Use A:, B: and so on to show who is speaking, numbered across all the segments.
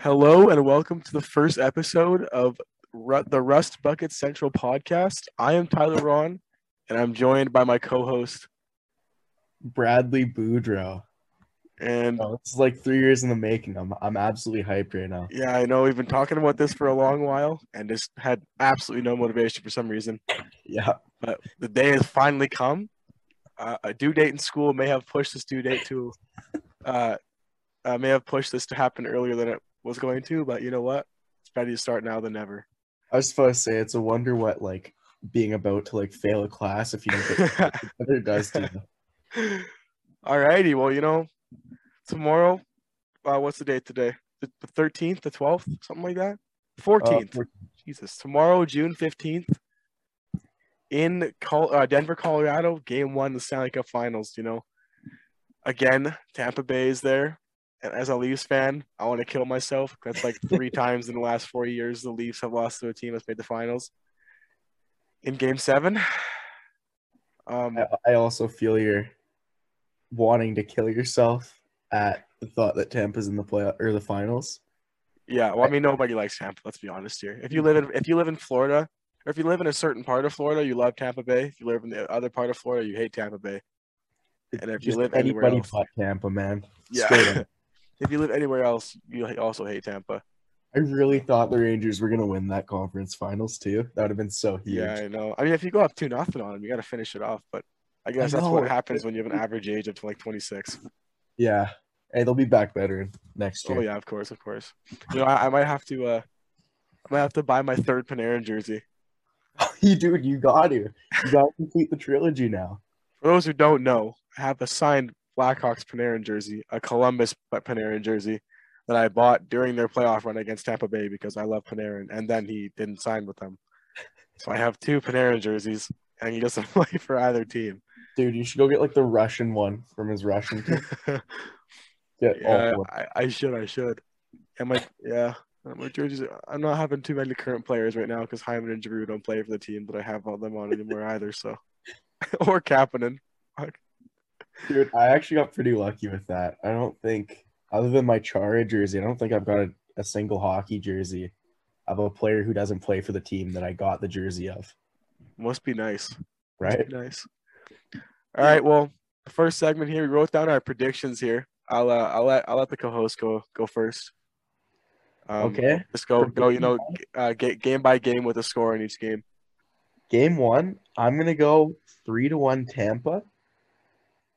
A: Hello and welcome to the first episode of Ru- the Rust Bucket Central podcast. I am Tyler Ron, and I'm joined by my co-host.
B: Bradley Boudreaux.
A: And
B: No, this is like three years in the making. I'm I'm absolutely hyped right now.
A: yeah, I know we've been talking about this for a long while, and just had absolutely no motivation for some reason.
B: Yeah.
A: But the day has finally come. Uh, a due date in school may have pushed this due date to, uh, uh, may have pushed this to happen earlier than it was going to. But you know what? It's better to start now than ever.
B: I was supposed to say it's a wonder what like being about to like fail a class if you don't get together does to you.
A: Alrighty, well, you know, tomorrow, uh, what's the date today? The the thirteenth, the twelfth, something like that. Fourteenth.
B: Uh,
A: Jesus, tomorrow, June fifteenth, in Col- uh, Denver, Colorado, game one, the Stanley Cup Finals. You know, again, Tampa Bay is there, and as a Leafs fan, I want to kill myself. That's like three times in the last four years the Leafs have lost to a team that's made the finals. In Game Seven, um,
B: I, I also feel you're wanting to kill yourself at the thought that Tampa's in the play or the finals.
A: Yeah, well, I mean, nobody likes Tampa. Let's be honest here. If you live in if you live in Florida, or if you live in a certain part of Florida, you love Tampa Bay. If you live in the other part of Florida, you hate Tampa Bay. And if you
B: Just
A: live anywhere
B: anybody
A: else-
B: but Tampa, man.
A: Yeah.
B: Straight up.
A: If you live anywhere else, you ha- also hate Tampa.
B: I really thought the Rangers were gonna win that conference finals too. That would have been so huge.
A: Yeah, I know. I mean, if you go up two nothing on them, you got to finish it off. But I guess that's what
B: know.
A: happens when you have an average age of like twenty six.
B: Yeah. Hey, they'll be back better next year.
A: Oh yeah, of course, of course. You know, I, I might have to. uh I might have to buy my third Panarin jersey.
B: you dude, you got to. You got to complete the trilogy now.
A: For those who don't know, I have a signed Blackhawks Panarin jersey, a Columbus P- Panarin jersey that I bought during their playoff run against Tampa Bay because I love Panarin, and then he didn't sign with them. So I have two Panarin jerseys, and he doesn't play for either team.
B: Dude, you should go get like the Russian one from his Russian team. Get all
A: yeah,
B: four.
A: I, I should, I should. And my yeah, my jerseys. I'm not having too many current players right now because Hyman and Giroud don't play for the team that I have all them on anymore either. So, or Kapanen.
B: Dude, I actually got pretty lucky with that. I don't think, other than my Chara jersey, I don't think I've got a, a single hockey jersey of a player who doesn't play for the team that I got the jersey of.
A: Must be nice.
B: Right?
A: Nice. All right. Well, the first segment here, we wrote down our predictions here. I'll uh, I'll let I'll let the co-host go go first. Um,
B: okay.
A: Let's go go. You know, g- uh, ga- game by game with a score in each game.
B: Game one, I'm gonna go three to one Tampa.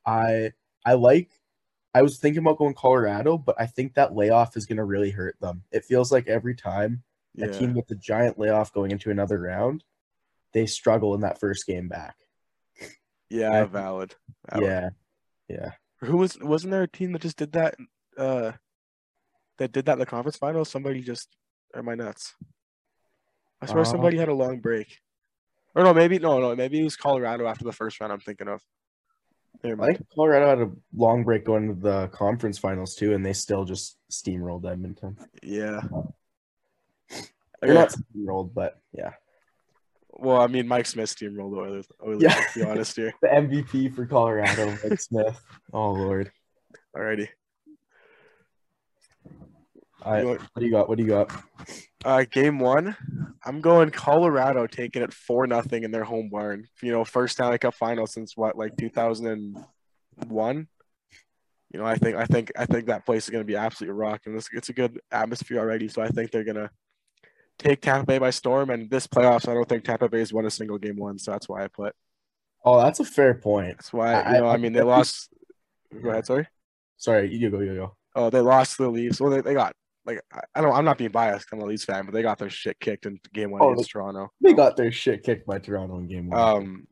B: I I like I was thinking about going Colorado, but I think that layoff is gonna really hurt them. It feels like every time
A: Yeah.
B: a team with a giant layoff going into another round, they struggle in that first game back.
A: Yeah.
B: I-
A: Valid. valid.
B: Yeah.
A: Who was wasn't there a team that just did that? Uh, that did that in the conference final. Somebody just. Or am I nuts? I swear
B: Uh.
A: somebody had a long break. Or no, maybe no, no, maybe it was Colorado after the first round. I'm thinking of. Never
B: I
A: mind.
B: think Colorado had a long break going to the conference finals too, and they still just steamrolled Edmonton.
A: Yeah.
B: They're
A: Okay.
B: not steamrolled, but yeah.
A: Well, I mean, Mike Smith steamrolled the Oilers. Oilers
B: Yeah.
A: Let's be honest here.
B: The MVP for Colorado, Mike Smith. Oh Lord.
A: Alrighty.
B: I,
A: You
B: what
A: want-
B: do you got? What do you got?
A: Uh, game one, I'm going Colorado, taking it four nothing in their home barn. You know, first Stanley Cup final since what, like 2001. You know, I think I think I think that place is going to be absolutely rocking. This it's a good atmosphere already, so I think they're going to take Tampa Bay by storm. And this playoffs, I don't think Tampa Bay's won a single game one, so that's why I put.
B: Oh, that's a fair point.
A: That's why
B: I-
A: you know, I,
B: I-
A: mean, they
B: I think-
A: lost. Go ahead, sorry.
B: Sorry, you go, you go.
A: Oh, they lost to the Leafs. Well, they, they got like I, I don't. I'm not being biased. 'cause I'm a Leafs fan, but they got their shit kicked in game one
B: Oh,
A: against Toronto.
B: They got their shit kicked by Toronto in game one.
A: Um,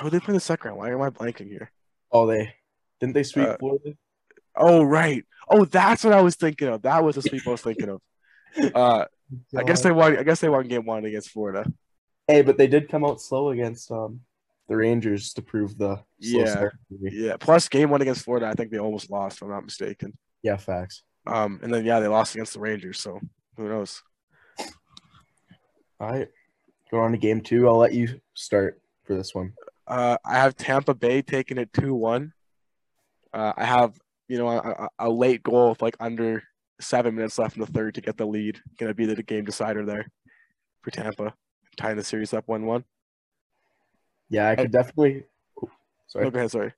A: who they play in the second round? Why am I blanking here?
B: oh, they didn't they sweep
A: uh,
B: Florida?
A: Oh right. Oh, that's what I was thinking of. That was the sweep I was thinking of. Uh, I guess they won. I guess they won game one against Florida.
B: Hey, but they did come out slow against um the Rangers to prove the slow
A: Yeah.
B: start theory.
A: Yeah. Plus game one against Florida, I think they almost lost. If I'm not mistaken.
B: Yeah, facts.
A: Um, and then yeah, they lost against the Rangers. So who knows?
B: All right, going on to game two. I'll let you start for this one.
A: Uh, I have Tampa Bay taking it two one. Uh, I have you know a, a- a late goal with like under seven minutes left in the third to get the lead. Gonna be the game decider there for Tampa, tying the series up one-one.
B: Yeah, I could definitely. oh, Sorry,
A: No, go ahead. Sorry.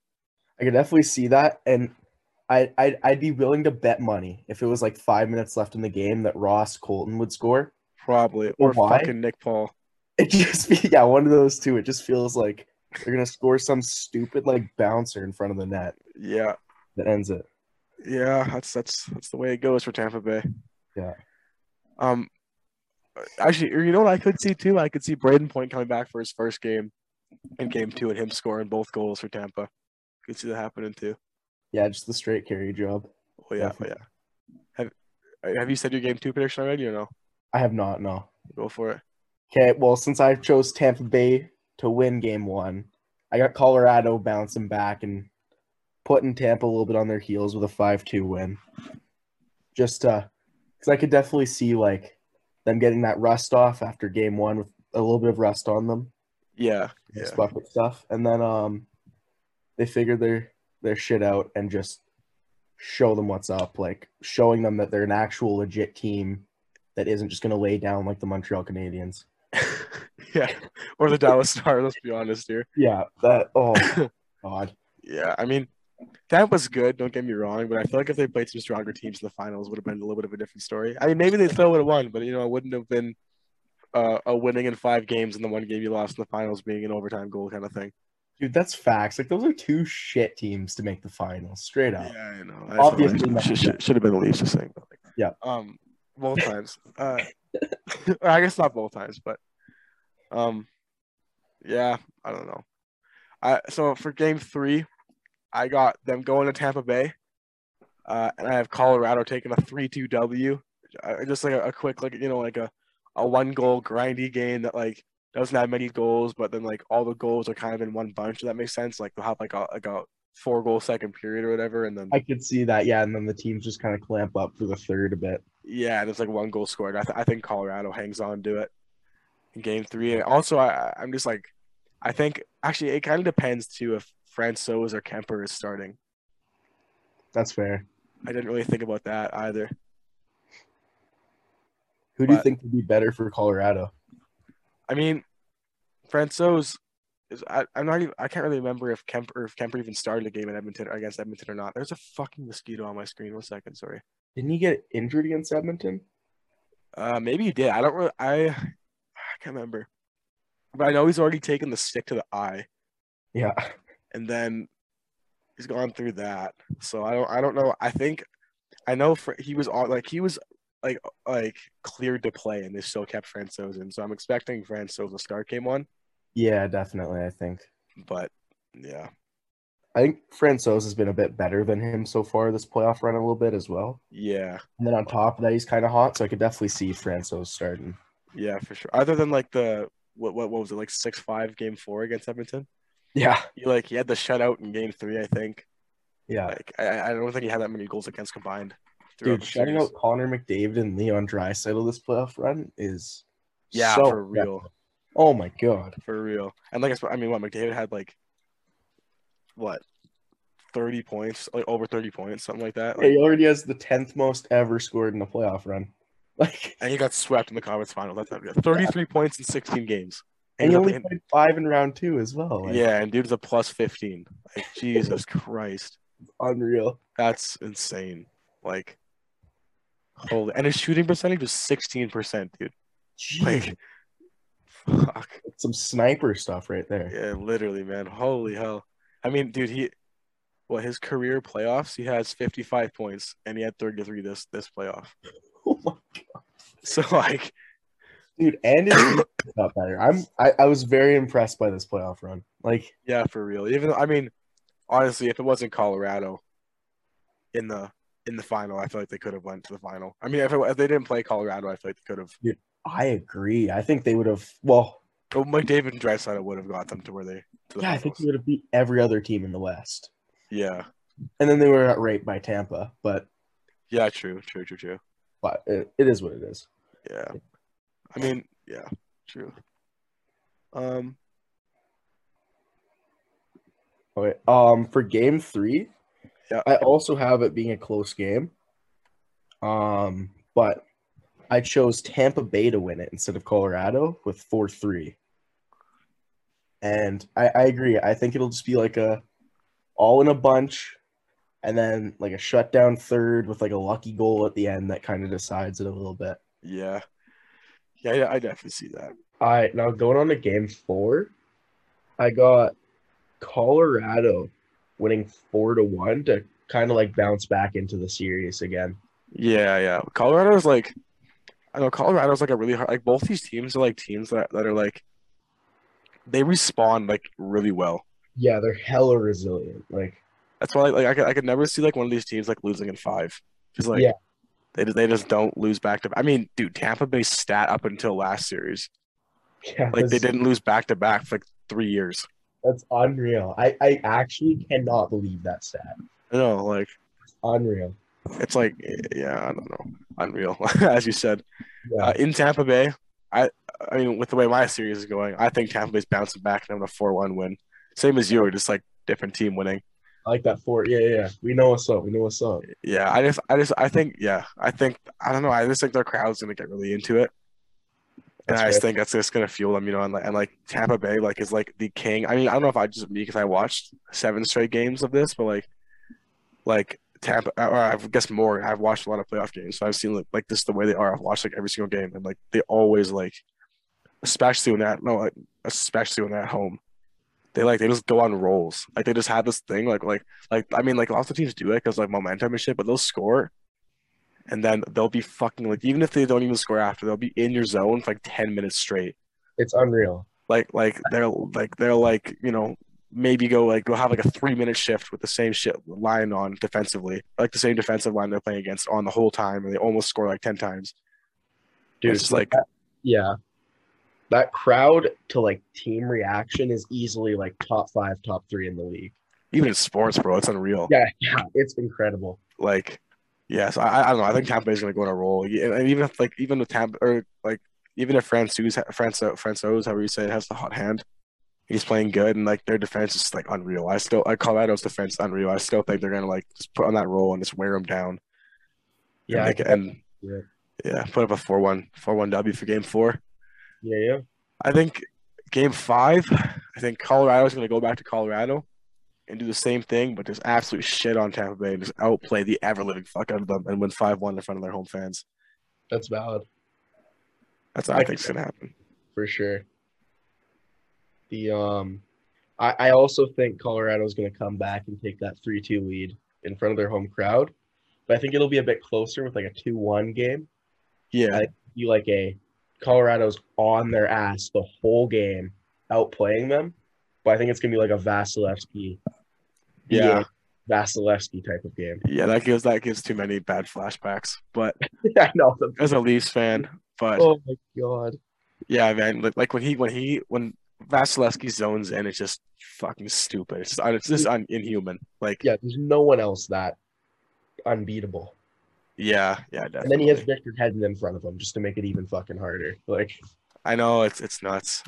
B: I could definitely see that, and I I'd, I'd be willing to bet money if it was like five minutes left in the game that Ross Colton would score.
A: Probably
B: Well,
A: or
B: why?
A: fucking Nick Paul.
B: It just be yeah, one of those two. It just feels like they're gonna score some stupid like bouncer in front of the net
A: Yeah,
B: that ends it.
A: yeah. That's that's that's the way it goes for Tampa Bay.
B: Yeah.
A: Um. Actually, you know what I could see too? I could see Braden Point coming back for his first game in game two and him scoring both goals for Tampa. Could see that happening too.
B: Yeah, just the straight carry job.
A: Oh yeah, oh, yeah.
B: Definitely.
A: Have Have you said your game two prediction already or no?
B: I have not no.
A: Go for it.
B: Okay, well since I chose Tampa Bay to win game one, I got Colorado bouncing back and putting Tampa a little bit on their heels with a five-two win. Just uh, because I could definitely see like them getting that rust off after game one with a little bit of rust on them.
A: Yeah,
B: this
A: yeah.
B: bucket stuff, and then um, they figure their their shit out and just show them what's up, like showing them that they're an actual legit team that isn't just gonna lay down like the Montreal Canadiens.
A: yeah. Or the Dallas Star. Let's be honest here.
B: Yeah, that oh god,
A: Yeah, I mean, that was good. Don't get me wrong, but I feel like if they played some stronger teams in the finals, would have been a little bit of a different story. I mean, maybe they still would have won, but you know, it wouldn't have been uh, a winning in five games and the one game you lost in the finals being an overtime goal kind of thing.
B: dude, that's facts. Like those are two shit teams to make the finals, straight up.
A: Yeah, I know.
B: Obviously not.
A: should, should, should have been the Leafs just saying. Nothing.
B: Yeah.
A: Um, both times. Uh, I guess not both times, but um, yeah, I don't know. I so for game three, I got them going to Tampa Bay, uh, and I have Colorado taking a three-two W, uh, just like a, a quick, like you know, like a a one-goal grindy game that like doesn't have many goals, but then like all the goals are kind of in one bunch. If that makes sense. Like they'll have like a like a four-goal second period or whatever, and then
B: I could see that, yeah, and then the teams just kind of clamp up for the third a bit.
A: Yeah, there's like one goal scored. I, th- I think Colorado hangs on to it in game three. And also, I, I- I'm just like, I think actually it kind of depends too if Francois or Kemper is starting.
B: That's fair.
A: I didn't really think about that either.
B: Who do you
A: But-
B: think would be better for Colorado?
A: I mean, Francois is I, I'm not even I can't really remember if Kemper if Kemper even started a game at Edmonton or against Edmonton or not. There's a fucking mosquito on my screen. One second, sorry.
B: Didn't he get injured against Edmonton?
A: Uh, maybe he did. I don't really. I I can't remember, but I know he's already taken the stick to the eye.
B: Yeah.
A: and then he's gone through that. So I don't I don't know. I think I know for, he was on like he was like like cleared to play, and they still kept Francois in. So I'm expecting Francois to start game one,
B: Yeah, definitely, I think.
A: but yeah,
B: I think Francois has been a bit better than him so far this playoff run a little bit as well.
A: yeah,
B: And then on top of that, he's kind of hot, so I could definitely see Francois starting.
A: yeah, for sure. Other than like the what what, what was it like six five game four against Edmonton?
B: Yeah,
A: He like he had the shutout in game three, I think.
B: yeah.
A: Like I, I don't think he had that many goals against combined. throughout
B: Dude,
A: the
B: shutting
A: series.
B: out Connor McDavid and Leon Draisaitl this playoff run is
A: yeah,
B: so
A: for real.
B: Oh my god,
A: for real. And like I sp- I mean, what McDavid had like what thirty points, like over thirty points, something like that.
B: Yeah,
A: Like,
B: he already has the tenth most ever scored in a playoff run. Like,
A: and he got swept in the conference final. That's thirty-three points in sixteen games.
B: and he
A: he's at
B: only
A: the end-
B: played five in round two as well. Like,
A: yeah, and dude's a plus fifteen. Like Jesus Christ,
B: unreal.
A: that's insane. Like, holy, and his shooting percentage was sixteen percent, dude.
B: Jeez,
A: Like, fuck.
B: some sniper stuff right there.
A: Yeah, literally, man. Holy hell. I mean, dude, he well, his career playoffs, he has 55 points and he had 33 this this playoff.
B: Oh my
A: So like,
B: dude, and it's not better. I'm I, I was very impressed by this playoff run. Like,
A: yeah, for real. Even though, I mean, honestly, if it wasn't Colorado in the in the final, I feel like they could have went to the final. I mean, if, it, if they didn't play Colorado, I feel like they could have.
B: I agree. I think they would have. Well,
A: But McDavid and Drysdale would have got them to where they to the
B: yeah, I think
A: finals.
B: they would have beat every other team in the West,
A: yeah,
B: and then they were outraged by Tampa. But
A: yeah, true, true, true, true.
B: but it, it is what it is.
A: Yeah. I mean, yeah, true. Um,
B: Okay. Um, for Game Three,
A: Yeah.
B: I also have it being a close game. Um, but I chose Tampa Bay to win it instead of Colorado with four three. And I, I agree. I think it'll just be like a all in a bunch, and then like a shutdown third with like a lucky goal at the end that kind of decides it a little bit.
A: Yeah. Yeah, yeah, I definitely see that.
B: All right, now going on to game four, I got Colorado winning four to one to kind of like bounce back into the series again.
A: Yeah, yeah. Colorado's like, I know Colorado's like a really hard. Like both these teams are like teams that that are like, they respond like really well.
B: Yeah, they're hella resilient. Like,
A: That's why like, I could I could never see like one of these teams like losing in five because like
B: Yeah.
A: they they just don't lose back to. I mean, dude, Tampa Bay stat up until last series
B: yeah,
A: like they
B: that's-
A: didn't lose back to back for like three years.
B: That's unreal. I, I actually cannot believe that stat.
A: I know, like
B: Unreal.
A: it's like yeah, I don't know, unreal as you said.
B: Yeah.
A: Uh, in Tampa Bay, I I mean, with the way my series is going, I think Tampa Bay's bouncing back and having a four-one win. Same as you, just like different team winning.
B: I like that four. Yeah, yeah, yeah. We know what's up. We know what's up.
A: Yeah, I just, I just, I think, yeah, I think, I don't know, I just think their crowd's gonna get really into it, and
B: That's
A: I just
B: fair.
A: think that's just gonna fuel them, you know, and like, and like Tampa Bay, like is like the king. I mean, I don't know if I just me because I watched seven straight games of this, but like, like Tampa, uh, or I guess more. I've watched a lot of playoff games, so I've seen like, like this the way they are. I've watched like every single game, and like they always like, especially when that no, like, especially when at home, they like they just go on rolls. Like they just have this thing, like like like I mean, like lots of teams do it because like momentum and shit, but they'll score. And then they'll be fucking like, even if they don't even score after, they'll be in your zone for like ten minutes straight.
B: It's unreal.
A: Like, like they're like they're like you know maybe go like go have like a three minute shift with the same shit line on defensively, like the same defensive line they're playing against on the whole time, and they almost score like ten times.
B: Dude,
A: It's just like-
B: that- yeah. That crowd to like team reaction is easily like top five, top three in the league.
A: Even in sports, bro, it's unreal.
B: Yeah, yeah. It's incredible.
A: Like, yeah, so I, I don't know. I think Tampa Bay's gonna go on a roll, Yeah, and even if like even with Tampa or like even if Francouz Franco Francouz, however you say it, has the hot hand, he's playing good, and like their defense is like unreal. I still like Colorado's defense is unreal. I still think they're gonna like just put on that roll and just wear them down.
B: Yeah. I-
A: and, like, and
B: yeah.
A: yeah, put up a 4-1, 4-1 W for game four.
B: Yeah, yeah.
A: I think game five, I think Colorado's going to go back to Colorado and do the same thing, but just absolute shit on Tampa Bay and just outplay the ever living fuck out of them and win 5 1 in front of their home fans.
B: That's valid
A: That's what I think's going to happen.
B: for sure. The um I, I also think Colorado's gonna come back and take that three two lead in front of their home crowd. But I think it'll be a bit closer with like a two one game.
A: Yeah.
B: you like a Colorado's on their ass the whole game, outplaying them. But I think it's gonna be like a Vasilevsky,
A: Yeah.
B: Vasilevsky type of game.
A: Yeah. That gives that gives too many bad flashbacks. But
B: I know the.
A: as a Leafs fan, but
B: Oh my god.
A: yeah, man, like, like when he, when he, when Vasilevsky zones in, it's just fucking stupid. It's just, un- it's just un- inhuman. Like, yeah,
B: Yeah, there's no one else that unbeatable.
A: yeah, definitely.
B: And then he has Victor Hedman in front of him just to make it even fucking harder. Like
A: I know it's it's nuts.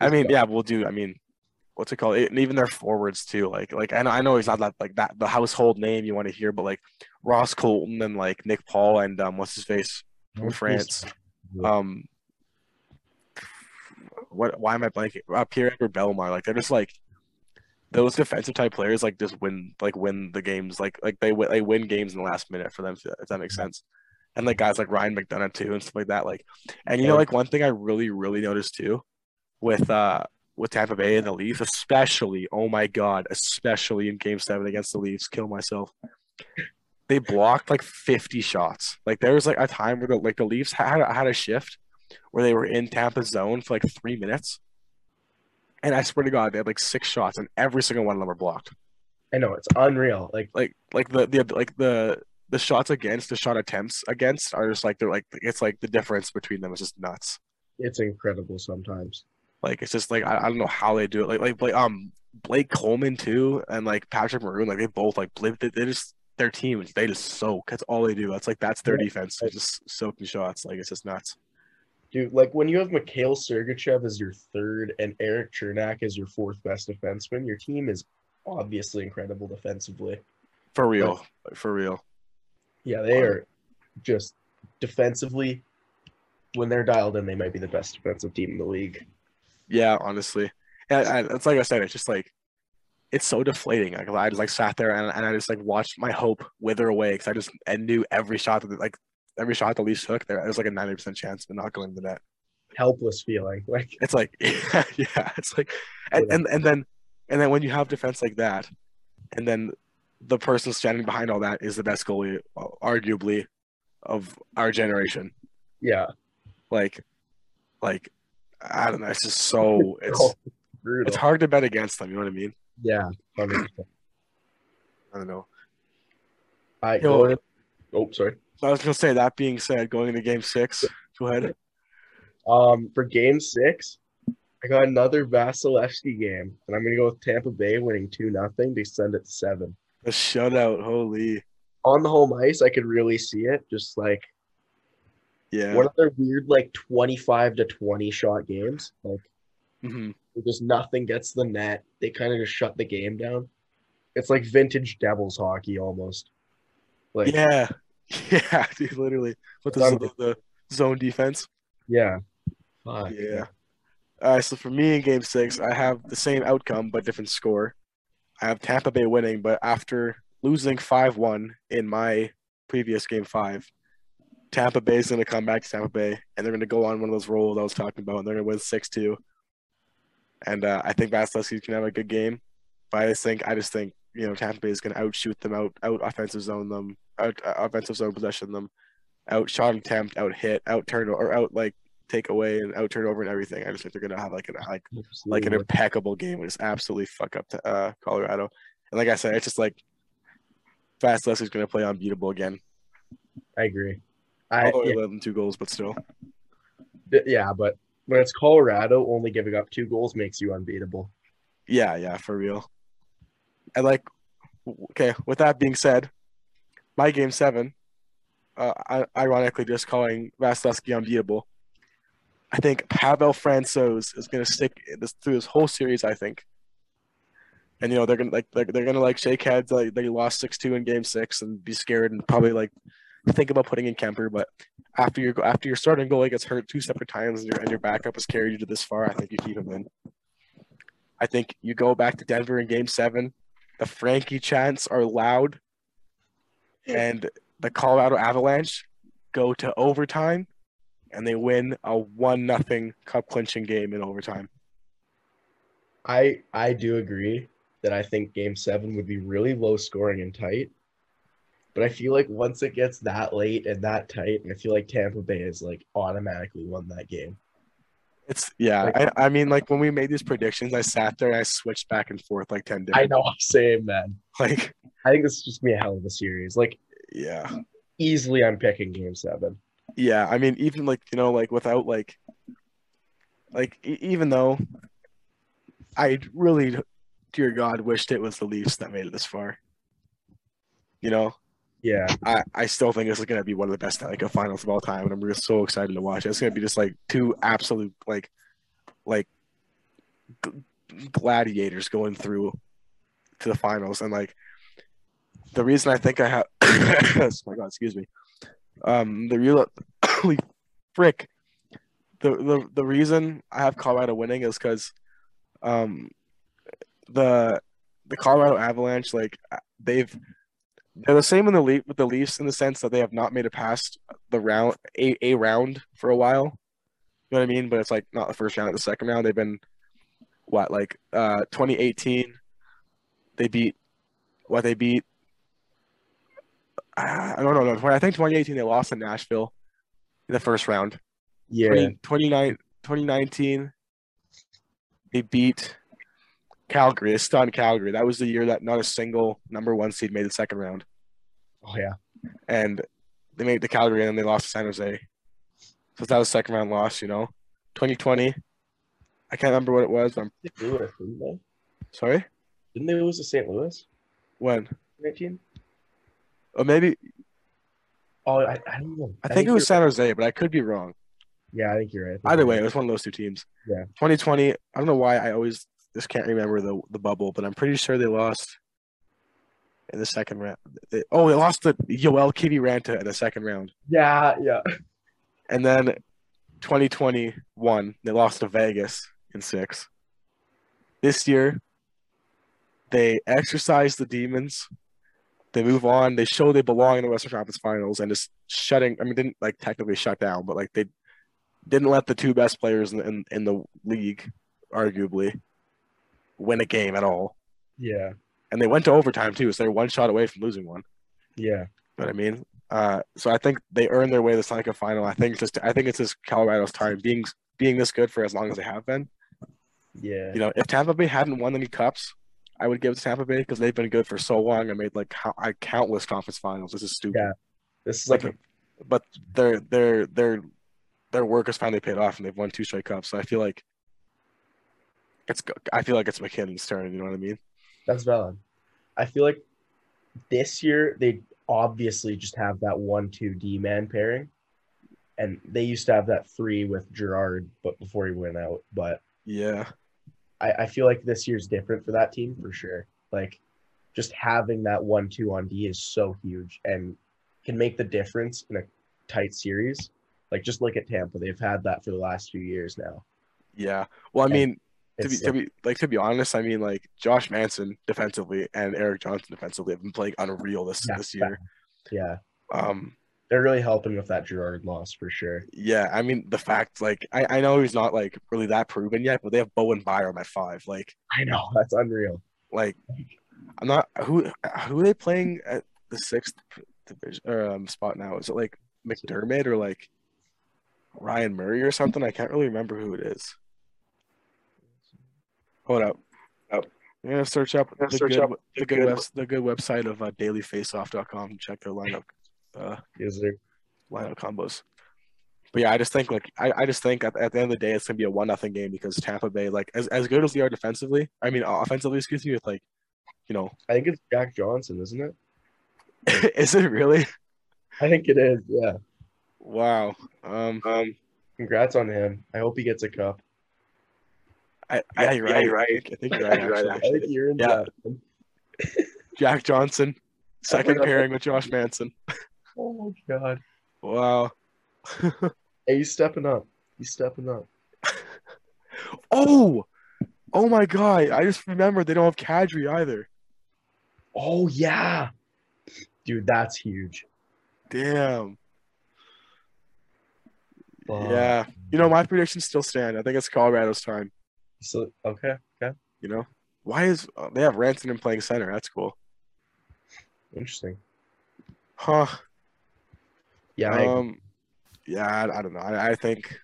A: I mean, yeah, we'll do. I mean, what's it called? It, and even their forwards too. Like, like I know, I know he's not that like that the household name you want to hear, but like Ross Colton and like Nick Paul and um, what's his face from France. Um, what? Why am I blanking? Uh, Pierre Edward Belmar. Like they're just like those defensive type players. Like just win, like win the games. Like like they win, they win games in the last minute for them. If, if that makes sense. And like guys like Ryan McDonough too and stuff like that. Like, and you know,
B: Yeah.
A: like one thing I really really noticed too, with uh with Tampa Bay and the Leafs, especially. Oh my God, especially in Game Seven against the Leafs. Kill myself they blocked like 50 shots. Like there was like a time where the like the Leafs had had a shift where they were in Tampa's zone for like three minutes, and I swear to God, they had like six shots, and every single one of them were blocked.
B: I know it's unreal. Like
A: Like like the the like the the shots against the shot attempts against are just like they're like it's like the difference between them is just nuts.
B: it's incredible sometimes.
A: Like it's just like I, I don't know how they do it. Like like like um Blake Coleman too, and like Patrick Maroon, like they both like blip. They, they just their team they just soak. That's all they do. That's like that's their
B: Yeah.
A: defense. They're just soaking shots. Like it's just nuts.
B: Dude, like when you have Mikhail Sergachev as your third and Eric Chernak as your fourth best defenseman, your team is obviously incredible defensively.
A: For real. For real.
B: Yeah, they are just defensively, when they're dialed in, they might be the best defensive team in the league.
A: Yeah, honestly, and, and it's like I said, it's just like it's so deflating. Like I just like sat there and, and I just like watched my hope wither away because I just I knew every shot that like every shot the Leafs took there, there was like a ninety percent chance of it not going to the net.
B: Helpless feeling, like
A: It's like yeah, it's like and, and and then and then when you have defense like that, and then the person standing behind all that is the best goalie, arguably, of our generation.
B: yeah,
A: Like, like I don't know. It's just so it's
B: brutal.
A: it's hard to bet against them. You know what I mean?
B: Yeah, 100%.
A: I don't know.
B: I
A: Yo.
B: going in- oh sorry.
A: So I was gonna say that being said, going into game six, go ahead.
B: Um, for game six, I got another Vasilevsky game, and I'm gonna go with Tampa Bay winning two nothing to send it to seven.
A: A shutout, holy
B: On the home ice, I could really see it. Just like
A: yeah.
B: one of their weird like 25 to 20 shot games. Like
A: Mhm.
B: where just nothing gets the net. They kind of just shut the game down. It's like vintage Devils hockey almost. Like yeah,
A: Yeah, yeah, dude. Literally with the,
B: Done.
A: the zone defense.
B: Fuck.
A: Yeah. All right, so for me in game six, I have the same outcome but different score. I have Tampa Bay winning, but after losing 5 1 in my previous game five, Tampa Bay's going to come back to Tampa Bay and they're going to go on one of those rolls I was talking about and they're going to win 6 2. And uh, I think Vasilevsky can have a good game, but I just think, I just think, you know, Tampa Bay is going to outshoot them, out out offensive zone them, out uh, offensive zone possession them, out shot attempt, out hit, out turn or out like take away and out turnover and everything. I just think they're gonna have like an like like an impeccable game, which is absolutely fuck up to uh, Colorado. And like I said, it's just like Fast Leslie's gonna play unbeatable again.
B: I agree. I
A: Although he led them two goals, but still.
B: yeah, yeah, but when it's Colorado, only giving up two goals makes you unbeatable.
A: Yeah, yeah, for real. And like, w- okay. With that being said, my game seven, uh, I, ironically, just calling Vasilevsky unbeatable. I think Pavel Francouz is going to stick this through this whole series. I think. And you know they're gonna like they're, they're gonna like shake heads like they lost six two in game six and be scared and probably like think about putting in Kemper but after your after your starting goalie gets hurt two separate times and your and your backup has carried you to this far I think you keep him in. I think you go back to Denver in game seven. The Frankie chants are loud. And the Colorado Avalanche go to overtime and they win a one nothing cup clinching game in overtime.
B: I I do agree that I think game seven would be really low scoring and tight. But I feel like once it gets that late and that tight, I feel like Tampa Bay has like automatically won that game.
A: It's yeah, I, I mean like when we made these predictions, I sat there and I switched back and forth like ten
B: I
A: different
B: know I'm saying man.
A: like
B: I think this is just gonna be a hell of a series. Like
A: yeah.
B: easily I'm picking game seven.
A: Yeah, I mean, even like you know, like without like, like e- even though I really, dear God, wished it was the Leafs that made it this far. You know,
B: Yeah.
A: I I still think this is gonna be one of the best Stanley Cup Finals of all time, and I'm really so excited to watch it. It's gonna be just like two absolute like, like, g- gladiators going through to the finals, and like the reason I think I have, oh my God, excuse me, um, the real holy frick, the the the reason I have Colorado winning is because, um, the the Colorado Avalanche like uh, they've they're the same in the Le- with the Leafs in the sense that they have not made it past the round a, a round for a while. You know what I mean? But it's like not the first round, it's the second round. They've been what like uh 2018 they beat what they beat Ah, I don't know. no, I think 2018 they lost in Nashville in the first round.
B: Yeah.
A: 20, 29 2019, they beat Calgary. They stunned Calgary. That was the year that not a single number one seed made the second round.
B: Oh yeah.
A: And they made it to Calgary and then they lost to San Jose. So that was second round loss, you know. 2020, I can't remember what it was. but I'm
B: They were, Didn't they?
A: sorry.
B: Didn't they lose to St. Louis?
A: When?
B: 19?
A: Oh, maybe
B: Oh, I, I don't know.
A: I think it was
B: you're
A: San Jose, but I could be wrong.
B: right. Yeah, I think you're right. I think
A: Either
B: you're
A: way, it
B: right.
A: was one of those two teams.
B: Yeah.
A: 2020. I don't know why I always just can't remember the the bubble, but I'm pretty sure they lost. in the second round. They- Oh, they lost to Yoel Kiviranta in the second round,
B: Yeah, yeah.
A: and then 2021 they lost to Vegas in six. This year, they exercise the demons. They move on. They show they belong in the Western Conference Finals, and just shutting. I mean, didn't like technically shut down, but like they didn't let the two best players in in, in the league, arguably, win a game at all.
B: Yeah.
A: and they went to overtime too, so they're one shot away from losing one.
B: Yeah.
A: You know what I mean? Uh, so I think they earned their way to the Seneca final. I think it's just I think it's just Colorado's time being being this good for as long as they have been.
B: Yeah.
A: You know, if Tampa Bay hadn't won any cups, I would give it to Tampa Bay because they've been good for so long. I made like count, I countless conference finals. This is stupid,
B: Yeah. This is like a,
A: but their their their their work has finally paid off, and they've won two straight cups. So I feel like it's go- I feel like it's McKinnon's turn. You know what I mean?
B: that's valid. I feel like this year they obviously just have that one two D man pairing. And they used to have that three with Gerard, but before he went out. But
A: Yeah.
B: I, I feel like this year's different for that team for sure. Like just having that one two on D is so huge and can make the difference in a tight series. Like just look at Tampa. They've had that for the last few years now.
A: Yeah. Well, I
B: Yeah.
A: mean, to be,
B: It's
A: to be like to be honest, I mean like Josh Manson defensively and Eric Johnson defensively have been playing unreal this
B: Yeah,
A: this year.
B: yeah.
A: Um,
B: They're really helping with that Gerard loss for sure.
A: yeah, I mean the fact like I, I know he's not like really that proven yet, but they have Bowen Byram at five. Like
B: I know. That's unreal.
A: like I'm not who who are they playing at the sixth division or um, spot now? Is it like McDermott or like Ryan Murray or something? I can't really remember who it is. Hold up. Oh. I'm gonna search up the,
B: gonna search
A: good,
B: up
A: the, good,
B: good-
A: webs- the good website of uh, dailyfaceoff.com and check their lineup uh,
B: Is there
A: lineup combos. But yeah, I just think like I, I just think at, at the end of the day it's gonna be a one nothing game because Tampa Bay like as, as good as they are defensively, I mean offensively, excuse me, with like you know
B: I think it's Jack Johnson, isn't it?
A: is it really?
B: I think it is. Yeah.
A: Wow. Um,
B: Um congrats on him. I hope he gets a cup.
A: I, yeah, you're
B: yeah,
A: right.
B: you're
A: I think you're right.
B: I think-
A: Actually.
B: I think you're in
A: Yeah.
B: that.
A: Jack Johnson, second
B: that's-
A: pairing with Josh Manson.
B: Oh my god.
A: Wow.
B: Hey, he's stepping up. He's stepping up.
A: Oh, oh my God! I just remembered they don't have Kadri either.
B: Oh yeah. Dude, that's huge.
A: Damn.
B: Fuck.
A: Yeah. You know my predictions still stand. I think it's Colorado's time.
B: So okay, okay.
A: You know why is oh, they have Rantanen playing center? That's cool.
B: Interesting.
A: Huh.
B: Yeah, I,
A: Um, yeah, I, I don't know. I, I think,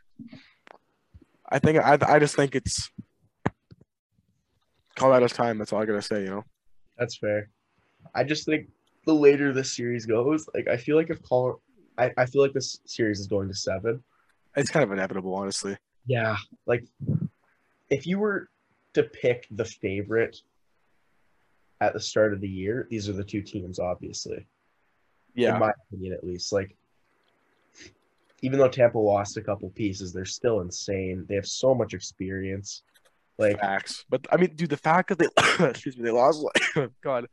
A: I think, I, I just think it's Colorado's time. That's all I gotta say. You know,
B: that's fair. I just think the later this series goes, like I feel like if Color I, I feel like this series is going to seven.
A: it's kind of inevitable, honestly.
B: Yeah. Like if you were to pick the favorite at the start of the year, these are the two teams, obviously. In my opinion at least. Like even though Tampa lost a couple pieces, they're still insane. They have so much experience. Like
A: facts. But I mean, dude, the fact that they excuse me, they lost like God,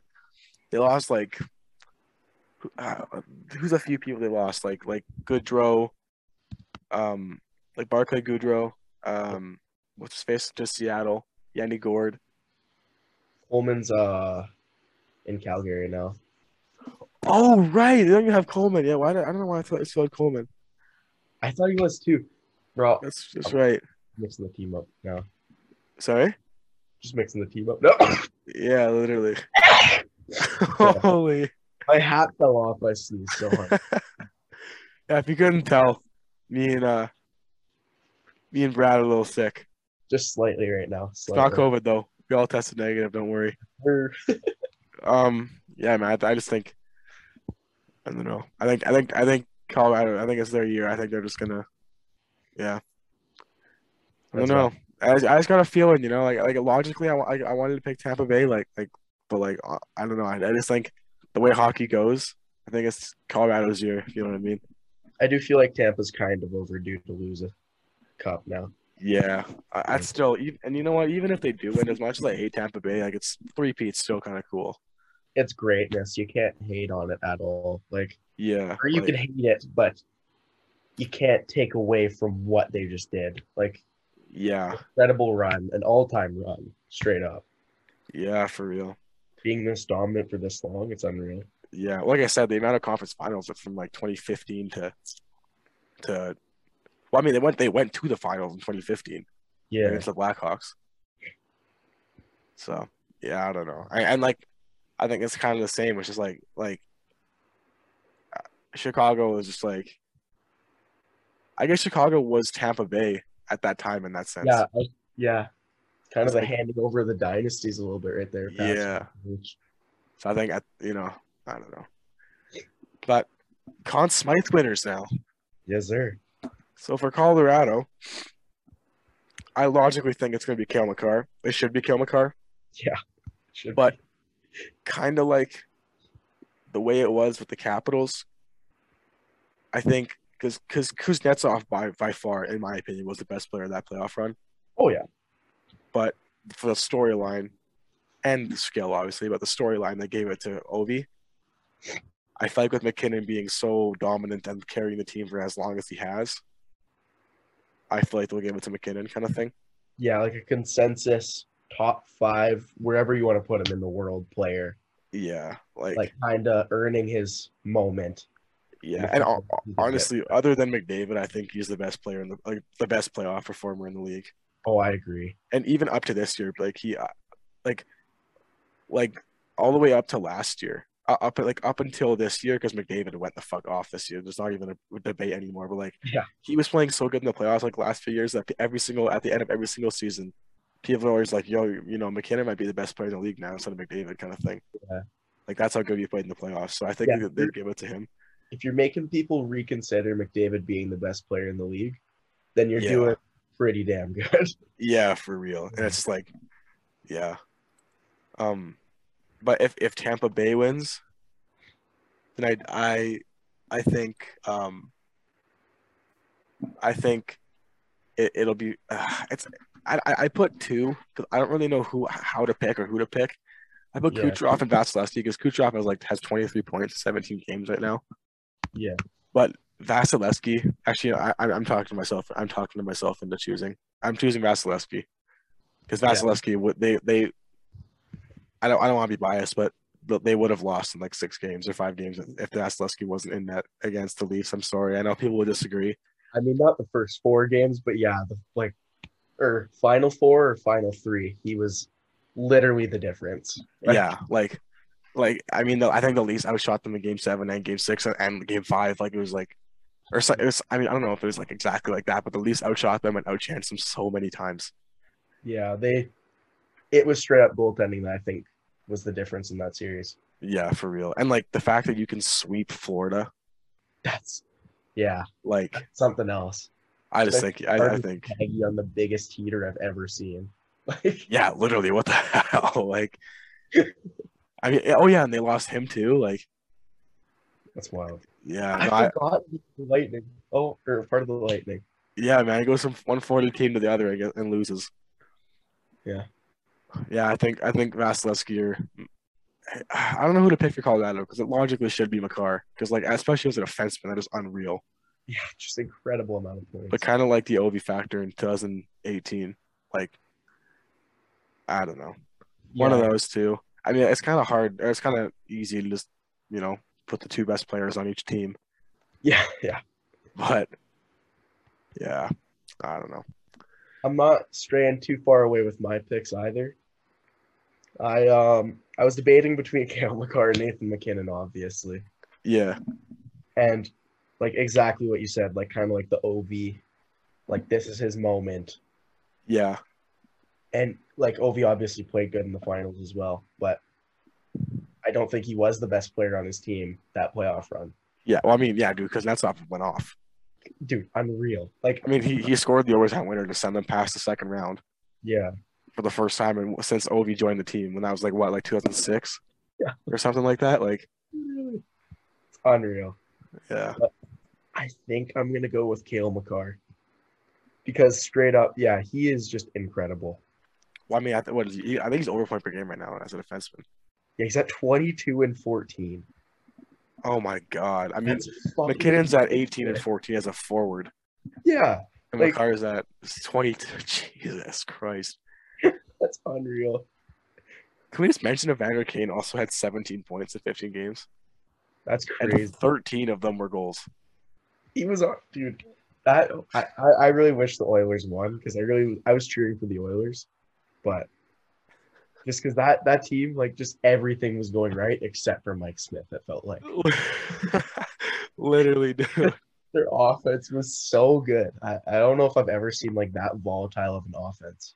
A: they lost like who- uh, who's a few people they lost like like Goodrow, um, like Barclay Goodrow, um, what's his face to Seattle, Yandy Gord.
B: Coleman's uh in Calgary now.
A: Oh right, they don't even have Coleman. Yeah, why? Did, I don't know why I thought it's spelled Coleman.
B: I thought he was too. Bro,
A: That's that's right.
B: mixing the team up now.
A: Sorry.
B: Just mixing the team up. No,
A: Yeah, literally. Holy.
B: my hat fell off. I sneezed so hard.
A: Yeah, if you couldn't tell, me and uh, me and Brad are a little sick.
B: Just slightly right now.
A: It's
B: Slightly.
A: not COVID though. We all tested negative. Don't worry. Um, yeah, man. I, I just think I don't know. I think I think I think Colorado. I think it's their year. I think they're just gonna. Yeah. I don't
B: That's
A: know. I, just- I just got a feeling, you know, like like logically, I, wa- I, I wanted to pick Tampa Bay, like like, but like uh, I don't know. I, I just think the way hockey goes, I think it's Colorado's year. if You know what I mean?
B: I do feel like Tampa's kind of overdue to lose a cup now.
A: Yeah, I, I'd still, e- and you know what? Even if they do win, as much as I hate Tampa Bay, like it's three Pete's still kind of cool.
B: it's greatness. You can't hate on it at all. Like,
A: Yeah.
B: or you
A: like,
B: can hate it, but you can't take away from what they just did. Like,
A: Yeah.
B: incredible run, an all-time run, straight up.
A: Yeah, for real.
B: Being this dominant for this long, it's unreal.
A: Yeah. Like I said, the amount of conference finals from like 2015 to to well, I mean, they went they went to the finals in 2015
B: Yeah,
A: against the Blackhawks. So yeah, I don't know. I, and like, I think it's kind of the same. It's just like like uh, Chicago was just like, I guess Chicago was Tampa Bay at that time in that sense.
B: yeah, I- yeah. Kind
A: It's
B: of the
A: like-
B: handing over of the dynasties a little bit right there. past-
A: Yeah. So I think I, you know, I don't know. But Conn Smythe winners now.
B: Yes, sir.
A: So for Colorado, I logically think it's going to be Kale McCarr. It should be Kale McCarr.
B: Should-
A: But- kind of like the way it was with the Capitals. I think because because Kuznetsov by by far, in my opinion, was the best player of that playoff run
B: oh yeah,
A: for the storyline and the skill, obviously, but the storyline they gave it to Ovi. I feel like with McKinnon being so dominant and carrying the team for as long as he has, I feel like they'll give it to McKinnon kind of thing.
B: yeah, like a consensus top five, wherever you want to put him in the world player,
A: Yeah, like,
B: like kind of earning his moment.
A: yeah, and hon- honestly, other than McDavid, I think he's the best player in the like the best playoff performer in the league.
B: oh, I agree.
A: and even up to this year, like he, uh, like, like all the way up to last year, uh, up like up until this year, because McDavid went the fuck off this year. There's not even a debate anymore. But like,
B: Yeah.
A: he was playing so good in the playoffs, like last few years, that every single at the end of every single season, people are always like, "Yo, you know, McKinnon might be the best player in the league now instead of McDavid," kind of thing.
B: Yeah.
A: Like that's how good he played in the playoffs. So I think
B: Yeah.
A: they they'd give it to him.
B: If you're making people reconsider McDavid being the best player in the league, then you're
A: Yeah.
B: doing pretty damn good.
A: Yeah, for real. And it's just like, yeah. Um, but if if Tampa Bay wins, then I I I think um I think it, it'll be uh, it's I I I put two because I don't really know who how to pick or who to pick. I put
B: Yeah.
A: Kucherov and Vasilevsky because Kucherov has like has 23 points, 17 games right now.
B: Yeah.
A: But Vasilevsky, actually, I, I'm I'm talking to myself. I'm talking to myself into choosing. I'm choosing Vasilevsky because
B: Yeah.
A: Vasilevsky would they they. I don't I don't want to be biased, but th- they would have lost in like six games or five games if Vasilevsky wasn't in that against the Leafs. I'm sorry, I know people will disagree.
B: I mean, not the first four games, but yeah, the like, or final four or final three, he was literally the difference. Like,
A: yeah, like, like I mean, the, I think the Leafs outshot them in Game Seven and Game Six and, and Game Five. Like it was like, or so, it was. I mean, I don't know if it was like exactly like that, but the Leafs outshot them and outchanced them so many times.
B: yeah, they. It was straight up goaltending that I think was the difference in that series.
A: Yeah, for real. And like the fact that you can sweep Florida,
B: That's, yeah,
A: like
B: that's something else.
A: I just think I, I think
B: Peggy on the biggest heater I've ever seen. Like,
A: yeah, literally, what the hell? Like, I mean, oh yeah, and they lost him too. Like,
B: that's wild.
A: yeah,
B: I
A: no, I-
B: forgot he was the Lightning. Oh, or part of the Lightning.
A: yeah, man, it goes from one forty team to the other I guess, and loses.
B: Yeah.
A: yeah, I think I think Vasilevsky or I don't know who to pick for Colorado because it logically should be McCarr because like especially as a defenseman that is unreal,
B: Yeah, just incredible amount of points.
A: but kind of like the Ovi factor in 2018, like I don't know. one
B: Yeah.
A: of those two. I mean, it's kind of hard. Or it's kind of easy to just, you know, put the two best players on each team.
B: Yeah, yeah.
A: But yeah, I don't know.
B: I'm not straying too far away with my picks either. I um I was debating between Kale McCarr and Nathan McKinnon, obviously,
A: Yeah,
B: and like exactly what you said, like kind of like the OV, like this is his moment,
A: yeah,
B: and like OV obviously played good in the finals as well, but I don't think he was the best player on his team that playoff run,
A: yeah. Well, I mean, yeah, dude, because Netsov went off.
B: dude. Unreal, like
A: I mean, he, he scored the overtime winner to send them past the second round
B: yeah,
A: for the first time in, since Ovi joined the team when that was like what, like 2006,
B: Yeah.
A: or something like that. Like,
B: really, it's unreal.
A: yeah,
B: I think I'm gonna go with Kale McCarr because straight up, yeah, he is just incredible.
A: well, I mean, I th- what is he, I think he's over point per game right now as a defenseman.
B: Yeah, he's at 22 and 14.
A: Oh my god. I mean,
B: That's fucking-
A: McKinnon's at 18 and 14 as a forward,
B: Yeah,
A: and
B: Like-
A: McCarr's at 22. Jesus Christ.
B: that's unreal.
A: Can we just mention Evander Kane also had 17 points in 15 games,
B: That's
A: and
B: crazy.
A: 13 of them were goals.
B: He was on, dude. That I, I I really wish the Oilers won because I really I was cheering for the Oilers, but just because that that team like just everything was going right except for Mike Smith. It felt like
A: Literally, dude.
B: their offense was so good. I, I don't know if I've ever seen like that volatile of an offense.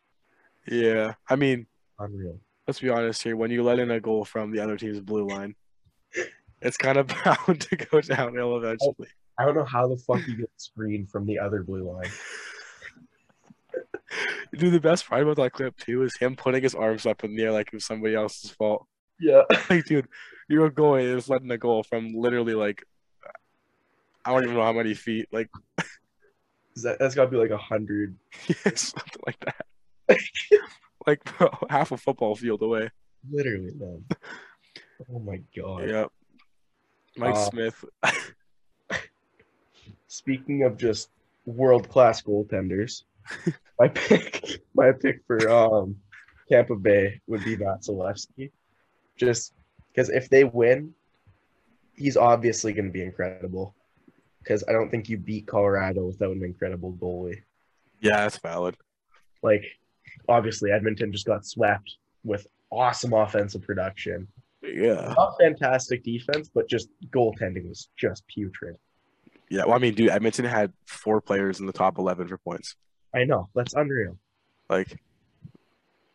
A: Yeah, I mean,
B: Unreal.
A: let's be honest here. When you let in a goal from the other team's blue line, it's kind of bound to go downhill eventually.
B: I don't know how the fuck you get screened from the other blue line.
A: Dude, the best part about that clip too is him putting his arms up in the air like it was somebody else's fault.
B: Yeah.
A: Like, dude, you were going and it's letting a goal from literally like I don't even know how many feet, like
B: That, that's got to be like a hundred.
A: something like that. like bro, half a football field away.
B: Literally, man. Oh my god.
A: Yep. Mike
B: Uh,
A: Smith.
B: Speaking of just world class goaltenders, my pick, my pick for um, Tampa Bay would be Vasilevsky. Just because if they win, he's obviously going to be incredible. Because I don't think you beat Colorado without an incredible goalie.
A: Yeah, that's valid.
B: Like, obviously Edmonton just got swept with awesome offensive production,
A: Yeah.
B: not fantastic defense, but just goaltending was just putrid.
A: Yeah. Well, I mean, dude, Edmonton had four players in the top eleven for points.
B: I know that's unreal.
A: Like,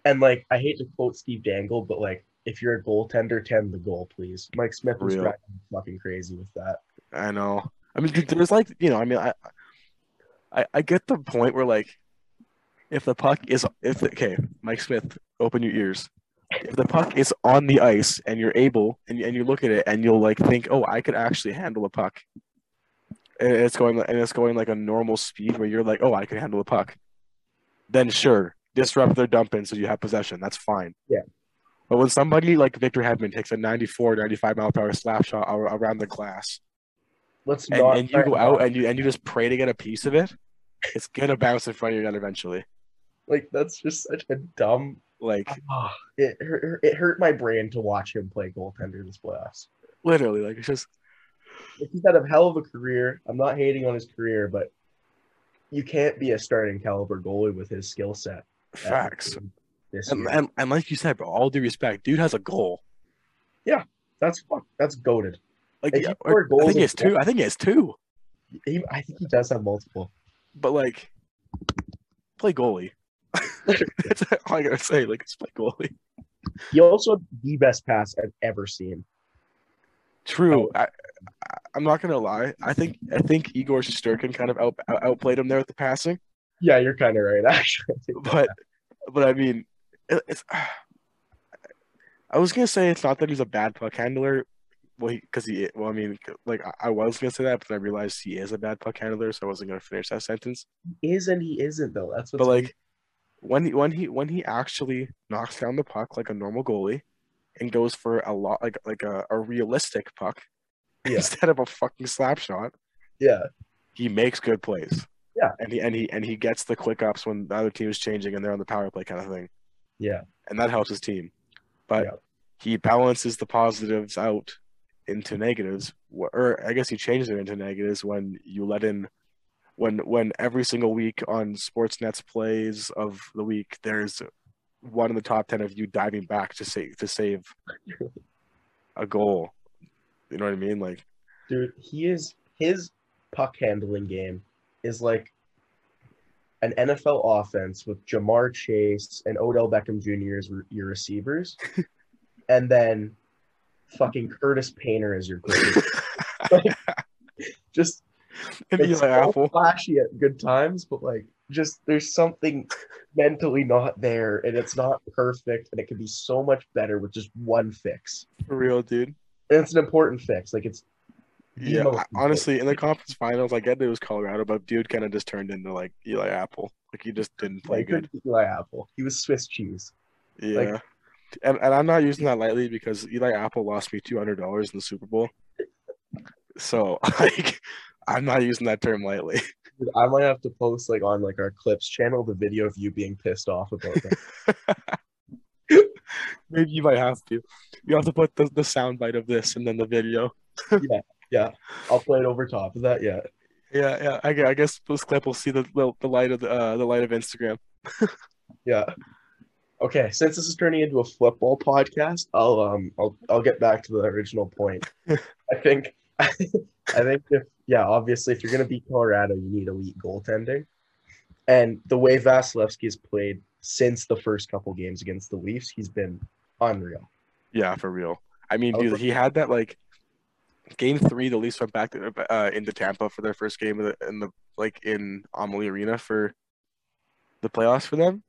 B: And like, I hate to quote Steve Dangle, but like, if you're a goaltender, tend the goal, please. Mike Smith was
A: Real.
B: driving me fucking crazy with that.
A: I know. I mean, dude, there's like, you know, I mean, I, I, I get the point where like, if the puck is, if okay, Mike Smith, open your ears. If the puck is on the ice and you're able and and you look at it and you'll like think, oh, I could actually handle a puck. And it's going and it's going like a normal speed where you're like, oh, I can handle a puck. Then sure, disrupt their dump in so you have possession. That's fine.
B: Yeah.
A: But when somebody like Victor Hedman takes a 94, 95 mile per hour slap shot ar- around the glass,
B: Let's
A: and,
B: not.
A: and you go out and you and you just pray to get a piece of it, it's gonna bounce in front of your net eventually.
B: like that's just such a dumb.
A: Like
B: Ah, it hurt, it hurt my brain to watch him play goaltender this playoffs.
A: literally, like it's just
B: Like, he's had a hell of a career. I'm not hating on his career, but you can't be a starting caliber goalie with his skill set. at
A: facts.
B: This
A: And,
B: year.
A: and, and like you said, bro, all due respect, dude has a goal.
B: that's fuck. That's goaded.
A: Like
B: Like,
A: he-
B: he
A: or-
B: scored
A: I
B: goals
A: think he
B: in-
A: has two. I think he has two.
B: He, I think he does have multiple.
A: But like, play goalie. That's all I gotta say. Like, it's play goalie.
B: He also had the best pass I've ever seen.
A: True. I, I, I'm not gonna lie. I think I think Igor Shosturkin kind of out, out- outplayed him there with the passing.
B: Yeah, you're kind of right. Actually,
A: but but I mean, it, it's. I was gonna say it's not that he's a bad puck handler, well, because he, well, I mean, like I, I was gonna say that, but then I realized he is a bad puck handler, so I wasn't gonna finish that sentence.
B: He is and he isn't though. That's
A: But
B: what's
A: like, when he when he when he actually knocks down the puck like a normal goalie, and goes for a lot like like a, a realistic puck
B: Yeah.
A: instead of a fucking slap shot,
B: yeah,
A: he makes good plays.
B: Yeah.
A: and he and he and he gets the quick ups when the other team is changing and they're on the power play kind of thing.
B: yeah.
A: and that helps his team. But
B: Yeah.
A: he balances the positives out into negatives, wh- or I guess he changes it into negatives when you let in, when when every single week on Sportsnet's plays of the week, there's one in the top ten of you diving back to save to save a goal. You know what I mean? Like
B: Dude, he is his puck handling game is like an NFL offense with Jamar Chase and Odell Beckham Jr. as re- your receivers, and then fucking Curtis Painter as your quarterback. Like, just
A: and
B: it's
A: Eli
B: so
A: Apple.
B: flashy at good times, but like just there's something mentally not there, and it's not perfect, and it could be so much better with just one fix.
A: For real, dude.
B: And it's an important fix. Like it's the
A: Yeah,
B: most
A: I-
B: important.
A: honestly, in the conference finals, I get that it was Colorado, but dude kind of just turned into like Eli Apple. Like he just didn't play
B: like
A: good.
B: Eli Apple. He was Swiss cheese.
A: Yeah.
B: Like-
A: and, and I'm not using that lightly because Eli Apple lost me two hundred dollars in the Super Bowl. So like I'm not using that term lightly.
B: Dude, I might have to post like on like our clips channel the video of you being pissed off about that.
A: Maybe you might have to. You have to put the, the sound bite of this and then the video.
B: I'll play it over top of that. Yeah.
A: Yeah, yeah. I, gue- I guess this clip will see the, the, the light of the uh, the light of Instagram.
B: Yeah. Okay, since this is turning into a football podcast, I'll um I'll I'll get back to the original point. I think I think if yeah, obviously if you're gonna beat Colorado, you need elite goaltending. And the way Vasilevsky has played since the first couple games against the Leafs, he's been unreal.
A: Yeah, Oh, for real. I mean,
B: I was
A: dude, he had that like game three. The Leafs went back to, uh, into Tampa for their first game of the, in the like in Amalie Arena for the playoffs for them,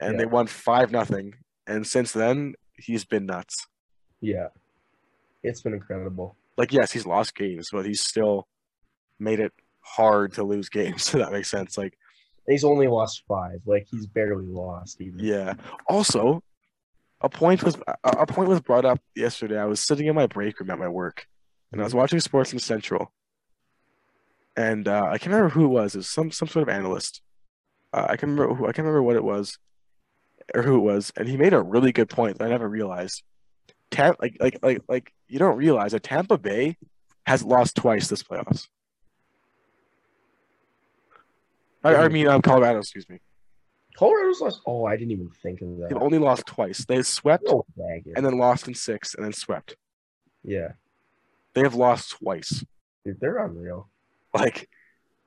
A: and
B: Yeah.
A: they won five nothing. And since then, he's been nuts.
B: Yeah. It's been incredible.
A: Like, yes, he's lost games, but he's still made it hard to lose games. So that makes sense. Like,
B: He's only lost five. Like he's barely lost even.
A: yeah. Also, a point was a- a point was brought up yesterday. I was sitting in my break room at my work, and I was watching Sports and Central, and uh, I can't remember who it was. It was some some sort of analyst. Uh, I can remember who I can't remember what it was, or who it was, and he made a really good point that I never realized. Tam- like like like like you don't realize that Tampa Bay has lost twice this playoffs. I, I mean, um, Colorado, excuse me.
B: Colorado's lost oh, I didn't even think of that.
A: They've only lost twice. They swept
B: No dagger.
A: and then lost in six and then swept.
B: yeah.
A: They have lost twice.
B: Dude, they're unreal.
A: Like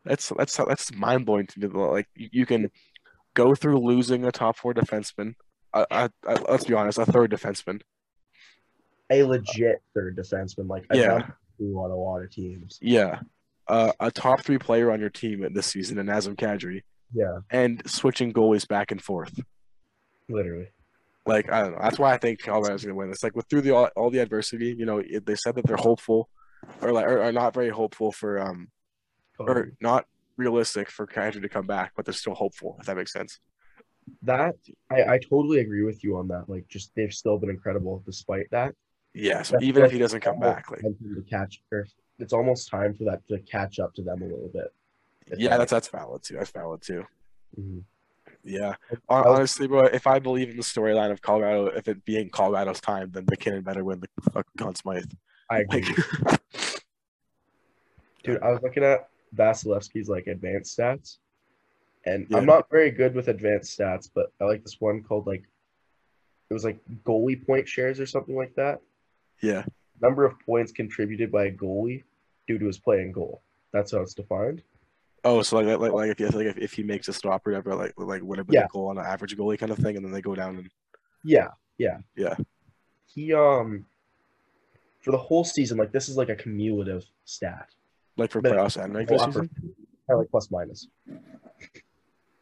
A: that's that's that's mind blowing to me. Like you, you can go through losing a top four defenseman. I, I, I, let's be honest, a third defenseman.
B: a legit third defenseman. Like I
A: Yeah.
B: yeah. do on a lot of teams.
A: Yeah, uh, a top three player on your team this season, in Nazem Kadri,
B: Yeah,
A: and switching goalies back and forth.
B: literally.
A: Like I don't know. That's why I think Colorado's gonna win. It's like with through the all, all the adversity. You know, it, they said that they're hopeful, or like or, or not very hopeful for um or not realistic for Kadri to come back, but they're still hopeful. If that makes sense.
B: That I, I totally agree with you on that. Like just they've still been incredible despite that.
A: Yes,
B: That's
A: even if
B: what-
A: he doesn't come back, like
B: And to catch or it's almost time for that to catch up to them a little bit.
A: yeah, that's that's valid too. That's valid too.
B: Mhm.
A: Yeah,
B: I
A: Hon-
B: was-
A: honestly, bro, if I believe in the storyline of Colorado, if it being Colorado's time, then McKinnon better win the fuck Conn Smythe.
B: I agree.
A: Like,
B: Dude, I was looking at Vasilevsky's like advanced stats. And
A: Yeah.
B: I'm not very good with advanced stats, but I like this one called like it was like goalie point shares or something like that.
A: yeah,
B: number of points contributed by a goalie due to his play and goal. That's how it's defined.
A: Oh, so like like like if like if, if he makes a stop or whatever, like like would have been
B: Yeah.
A: a goal on an average goalie kind of thing, and then they go down and
B: Yeah, yeah,
A: Yeah.
B: He um for the whole season, like this is like a cumulative stat.
A: like for
B: But-
A: playoffs and regular
B: Whole
A: season.
B: opportunity, kinda like plus minus,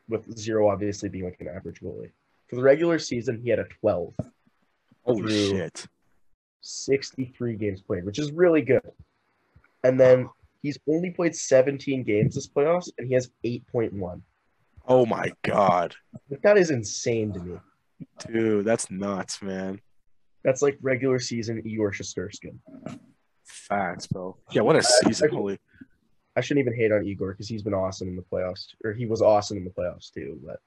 B: with zero obviously being like an average goalie. For the regular season, he had a 12,
A: Holy
B: through-
A: shit!
B: 63 games played, which is really good. And then he's only played 17 games this playoffs, and he has 8.1.
A: Oh my god,
B: Like, that is insane to me.
A: dude, that's nuts, man.
B: That's like regular season Igor Shesterskin.
A: Facts, bro. Yeah, what a season! Holy
B: I shouldn't even hate on Igor because he's been awesome in the playoffs, or he was awesome in the playoffs too. But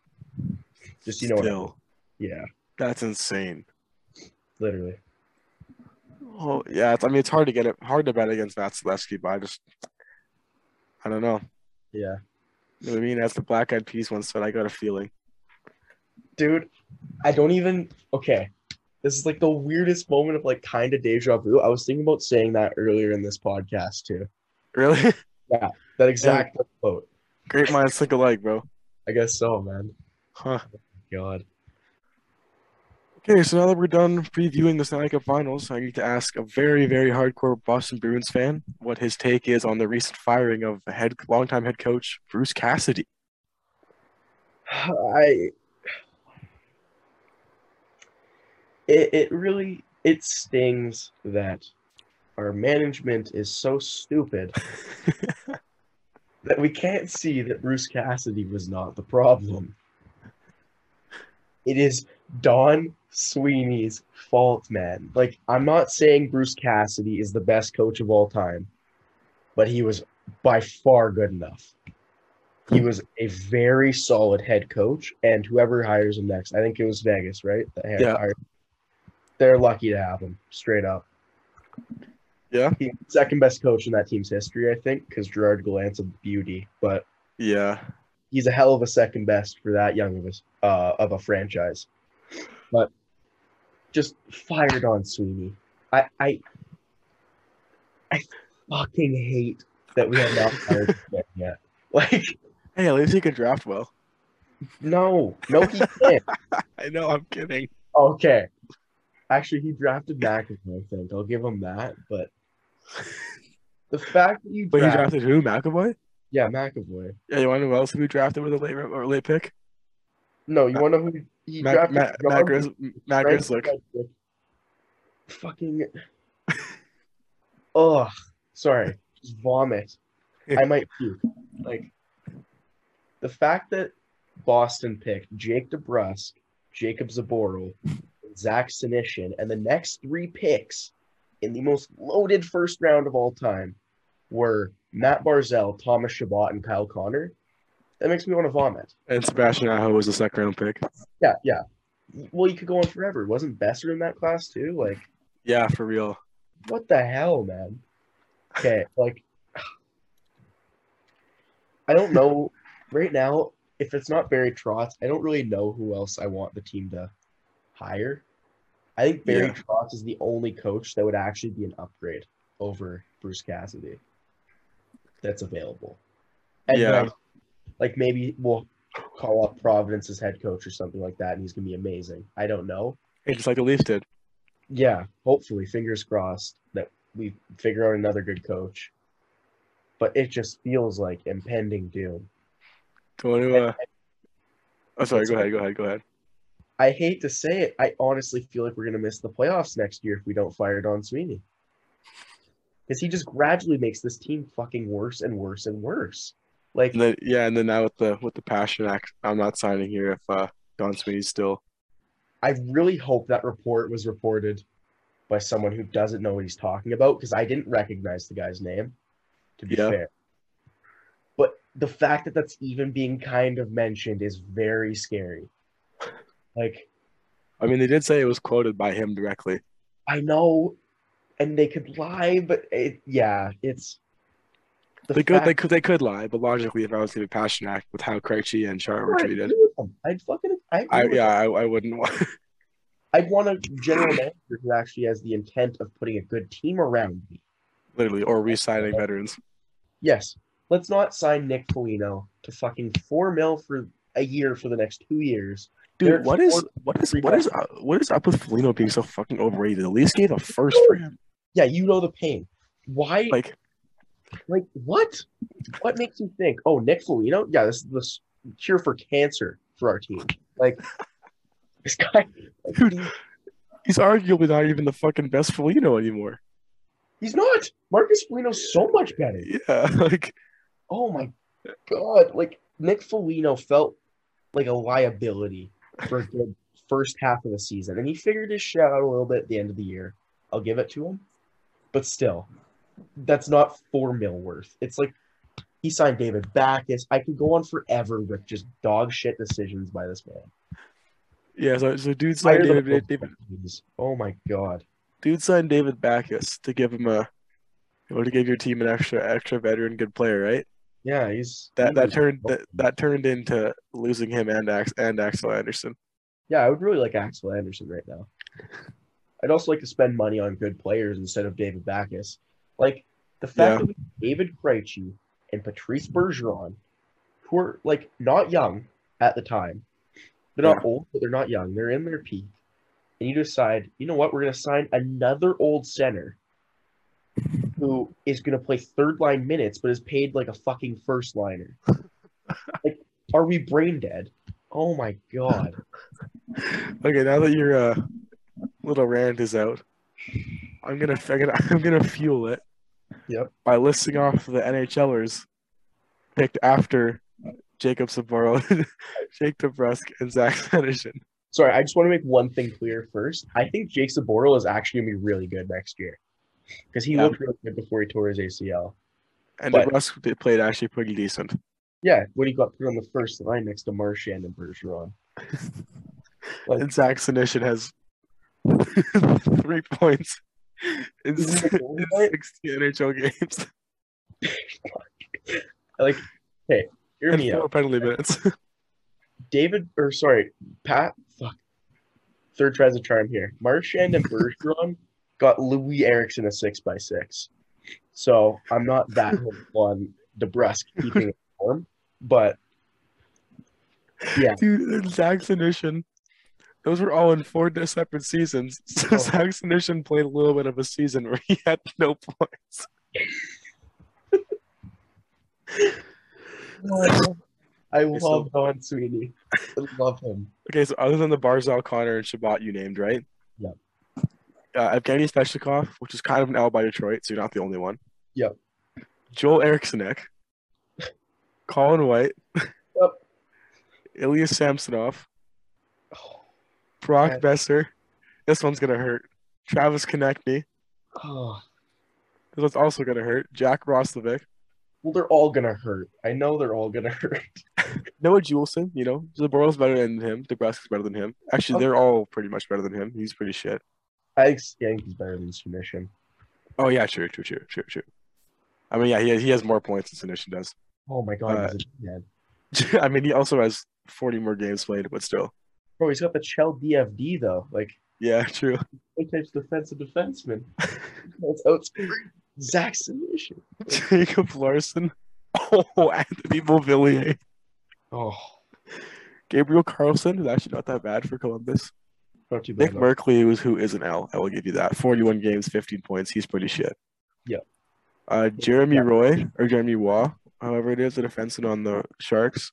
B: just you know, what I-
A: Still,
B: yeah,
A: that's insane.
B: literally,
A: Oh yeah, it's, I mean it's hard to get it hard to bet against Vasilevsky, but I just I don't know.
B: yeah,
A: You know what I mean? As the Black Eyed Peas once said, I got a feeling.
B: dude. I don't even. Okay, this is like the weirdest moment of like kind of deja vu. I was thinking about saying that earlier in this podcast too.
A: Really?
B: That exact quote.
A: Great minds think alike, bro.
B: I guess so, man.
A: Huh.
B: God,
A: Okay, so now that we're done previewing the Stanley Cup Finals, I need to ask a very, very hardcore Boston Bruins fan what his take is on the recent firing of head longtime head coach Bruce Cassidy.
B: I. It it really it stings that our management is so stupid that we can't see that Bruce Cassidy was not the problem. It is Don Sweeney's fault, man. Like, I'm not saying Bruce Cassidy is the best coach of all time, but he was by far good enough. He was a very solid head coach, and whoever hires him next, I think it was Vegas, right? that hired-
A: Yeah.
B: hired- They're lucky to have him, straight up.
A: Yeah.
B: He's the second best coach in that team's history, I think, because Gerard Gallant's a beauty, but
A: Yeah.
B: he's a hell of a second best for that young of a uh, of a franchise. But just fired on Sweeney. I I, I fucking hate that we have not fired him yet. Like
A: Hey, at least he can draft well.
B: no, no, he can't.
A: I know. I'm kidding.
B: Okay, actually, he drafted McAvoy. I think I'll give him that. But the fact that you
A: But he
B: draft,
A: drafted who? McAvoy.
B: yeah McAvoy.
A: Yeah. You want to know who else we drafted with a late or late pick?
B: No, you want to know who he
A: Matt
B: drafted?
A: Matt
B: John
A: Matt Grizz- Matt
B: Frank
A: Grizzlick.
B: Frederick. Fucking. Ugh. Sorry. Just vomit. I might puke. Like, the fact that Boston picked Jake DeBrusque, Jacob Zaboral, Zach Sinishin, and the next three picks in the most loaded first round of all time were Matt Barzell, Thomas Shabbat, and Kyle Connor. That makes me want to vomit.
A: And Sebastian Aho was the second round pick.
B: Yeah, yeah. Well, you could go on forever. Wasn't Besser in that class too? Like,
A: Yeah, for real.
B: what the hell, man? Okay, like, I don't know right now if it's not Barry Trotz. I don't really know who else I want the team to hire. I think Barry
A: Yeah.
B: Trotz is the only coach that would actually be an upgrade over Bruce Cassidy that's available. And
A: Yeah.
B: like, like maybe we'll call up Providence as head coach or something like that, and he's gonna be amazing. I don't know.
A: Hey, just like the Leafs did.
B: Yeah, hopefully, fingers crossed that we figure out another good coach. But it just feels like impending doom.
A: Go to. Uh... Oh, sorry. Go ahead. Go ahead. Go ahead.
B: I hate to say it, I honestly feel like we're gonna miss the playoffs next year if we don't fire Don Sweeney. Because he just gradually makes this team fucking worse and worse and worse. Like
A: And then yeah, and then now with the with the passion act, I'm not signing here if uh, Don Sweeney's still.
B: I really hope that report was reported by someone who doesn't know what he's talking about because I didn't recognize the guy's name, to be
A: Yeah.
B: fair. But the fact that that's even being kind of mentioned is very scary. Like,
A: I mean, they did say it was quoted by him directly.
B: I know, and they could lie, but it, yeah, it's. The
A: they could,
B: fact-
A: they could, they could lie, but logically, if I was going to passion act with how Krejci and Char were
B: I'd
A: treated,
B: agree with them. I'd fucking. I, agree
A: I
B: with
A: yeah,
B: them.
A: I, I wouldn't want.
B: I'd want a general manager who actually has the intent of putting a good team around me.
A: literally or re-signing veterans.
B: Yes. Let's not sign Nick Foligno to fucking four mil for a year for the next two years.
A: Dude,
B: They're
A: what is
B: four-
A: what is
B: three
A: what is uh, what is up with Felino being so fucking overrated? The Leafs gave a first for him.
B: Yeah, you know the pain. Why? Like,
A: Like,
B: what? What makes you think? Oh, Nick Foligno? Yeah, this is the s- cure for cancer for our team. Like, this guy, like,
A: Dude.
B: he-
A: he's arguably not even the fucking best Felino anymore.
B: he's not. Marcus Foligno's so much better.
A: Yeah, like
B: Oh my god! Like Nick Foligno felt like a liability for a good first half of the season, and he figured his shit out a little bit at the end of the year. I'll give it to him, but still, that's not four mil worth. It's like he signed David Backus. I could go on forever with just dog shit decisions by this man.
A: yeah. So, so dude signed
B: Tired of
A: David,
B: the-
A: David,
B: Oh my god!
A: dude signed David Backus to give him a you know, to give your team an extra extra veteran good player, right?
B: Yeah, he's
A: That that
B: he's-
A: turned that, that turned into losing him and Ax and Axel Anderson.
B: Yeah, I would really like Axel Anderson right now. I'd also like to spend money on good players instead of David Backus. Like the fact
A: Yeah.
B: that we have David Krejci and Patrice Bergeron, who are like not young at the time, they're not old, but they're not young. They're in their peak, and you decide, you know what, we're going to sign another old center who is going to play third line minutes, but is paid like a fucking first liner. like, are we brain dead? Oh my god.
A: Okay, now that your uh, little rant is out, I'm gonna I'm gonna, I'm gonna fuel it.
B: Yep.
A: By listing off the NHLers picked after Jacob Saboro, Jake DeBrusque, and Zach Sanderson.
B: Sorry, I just want to make one thing clear first. I think Jake Saboro is actually gonna be really good next year because he
A: Yeah.
B: looked really good before he tore his ACL.
A: And
B: But-
A: Nebraska they played actually pretty decent.
B: Yeah, when he got put on the first line next to Marchand and Bergeron. Like-
A: And Zach Sinishin has three points in,
B: Isn't
A: s-
B: that cool,
A: in
B: right?
A: 60 NHL games
B: Hear
A: and
B: me out.
A: four penalty minutes.
B: David, or sorry, Pat, fuck. Third tries a charm here. Marchand and Bergeron got Louis Erickson a six by six. So I'm not that hopeful on DeBrusque keeping it warm, but yeah,
A: Dude, and Zach Sinishin, those were all in four separate seasons. So
B: Oh.
A: Zach Sinishin played a little bit of a season where he had no points.
B: I
A: so-
B: love Don Sweeney. I love him.
A: Okay, so other than the Barzal, Connor, and Shabbat you named, right?
B: Yep.
A: Uh, Evgeny Svechnikov, which is kind of an L by Detroit, so you're not the only one.
B: Yep.
A: Joel Erikssonek, Colin White,
B: Yep.
A: Ilya Samsonov,
B: Oh,
A: Brock
B: Okay.
A: Besser. This one's gonna hurt. Travis Konechny.
B: oh.
A: This one's also gonna hurt. Jack Roslovic.
B: Well, they're all gonna hurt. I know they're all gonna hurt.
A: Noah Juleson, you know, Zaborov's better than him. Nebraska's better than him. Actually,
B: Okay.
A: they're all pretty much better than him. He's pretty shit.
B: I think he's better than Submission.
A: Oh yeah, true, true, true, true, true. I mean, yeah, he has, he has more points than Sinishin does.
B: Oh my god,
A: Uh,
B: he's a dead.
A: I mean, he also has 40 more games played, but still.
B: Bro, he's got the Chell DFD though. Like
A: Yeah, true.
B: what type's defensive defenseman? That's out Zach Sinishin.
A: Jacob Larson. Oh, Anthony Beauvillier.
B: Oh,
A: Gabriel Carlson is actually not that bad for Columbus.
B: not too
A: Nick
B: bad. though.
A: Merkley was who is an L. I will give you that. 41 games, 15 points. He's pretty shit.
B: Yeah.
A: Uh, Jeremy
B: Yeah.
A: Roy or Jeremy Waugh, however it is, the defenseman on the Sharks.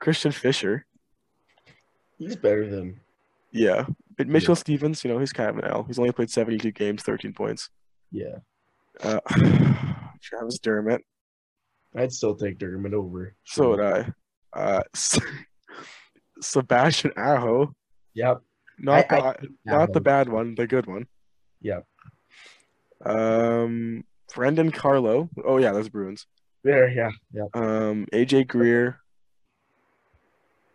A: Christian Fisher.
B: He's better than
A: Yeah. But Mitchell Stevens, you know, he's kind of an L. He's only played 72 games, 13 points.
B: yeah.
A: Uh, Travis Dermott.
B: I'd still take Dermot over.
A: So would I. Uh, S- Sebastian Aho.
B: Yep.
A: Not,
B: I- I
A: the, not the bad one, the good one.
B: Yeah.
A: Um, Brendan Carlo. Oh, yeah, that's Bruins.
B: There, yeah. Yep.
A: um, AJ Greer,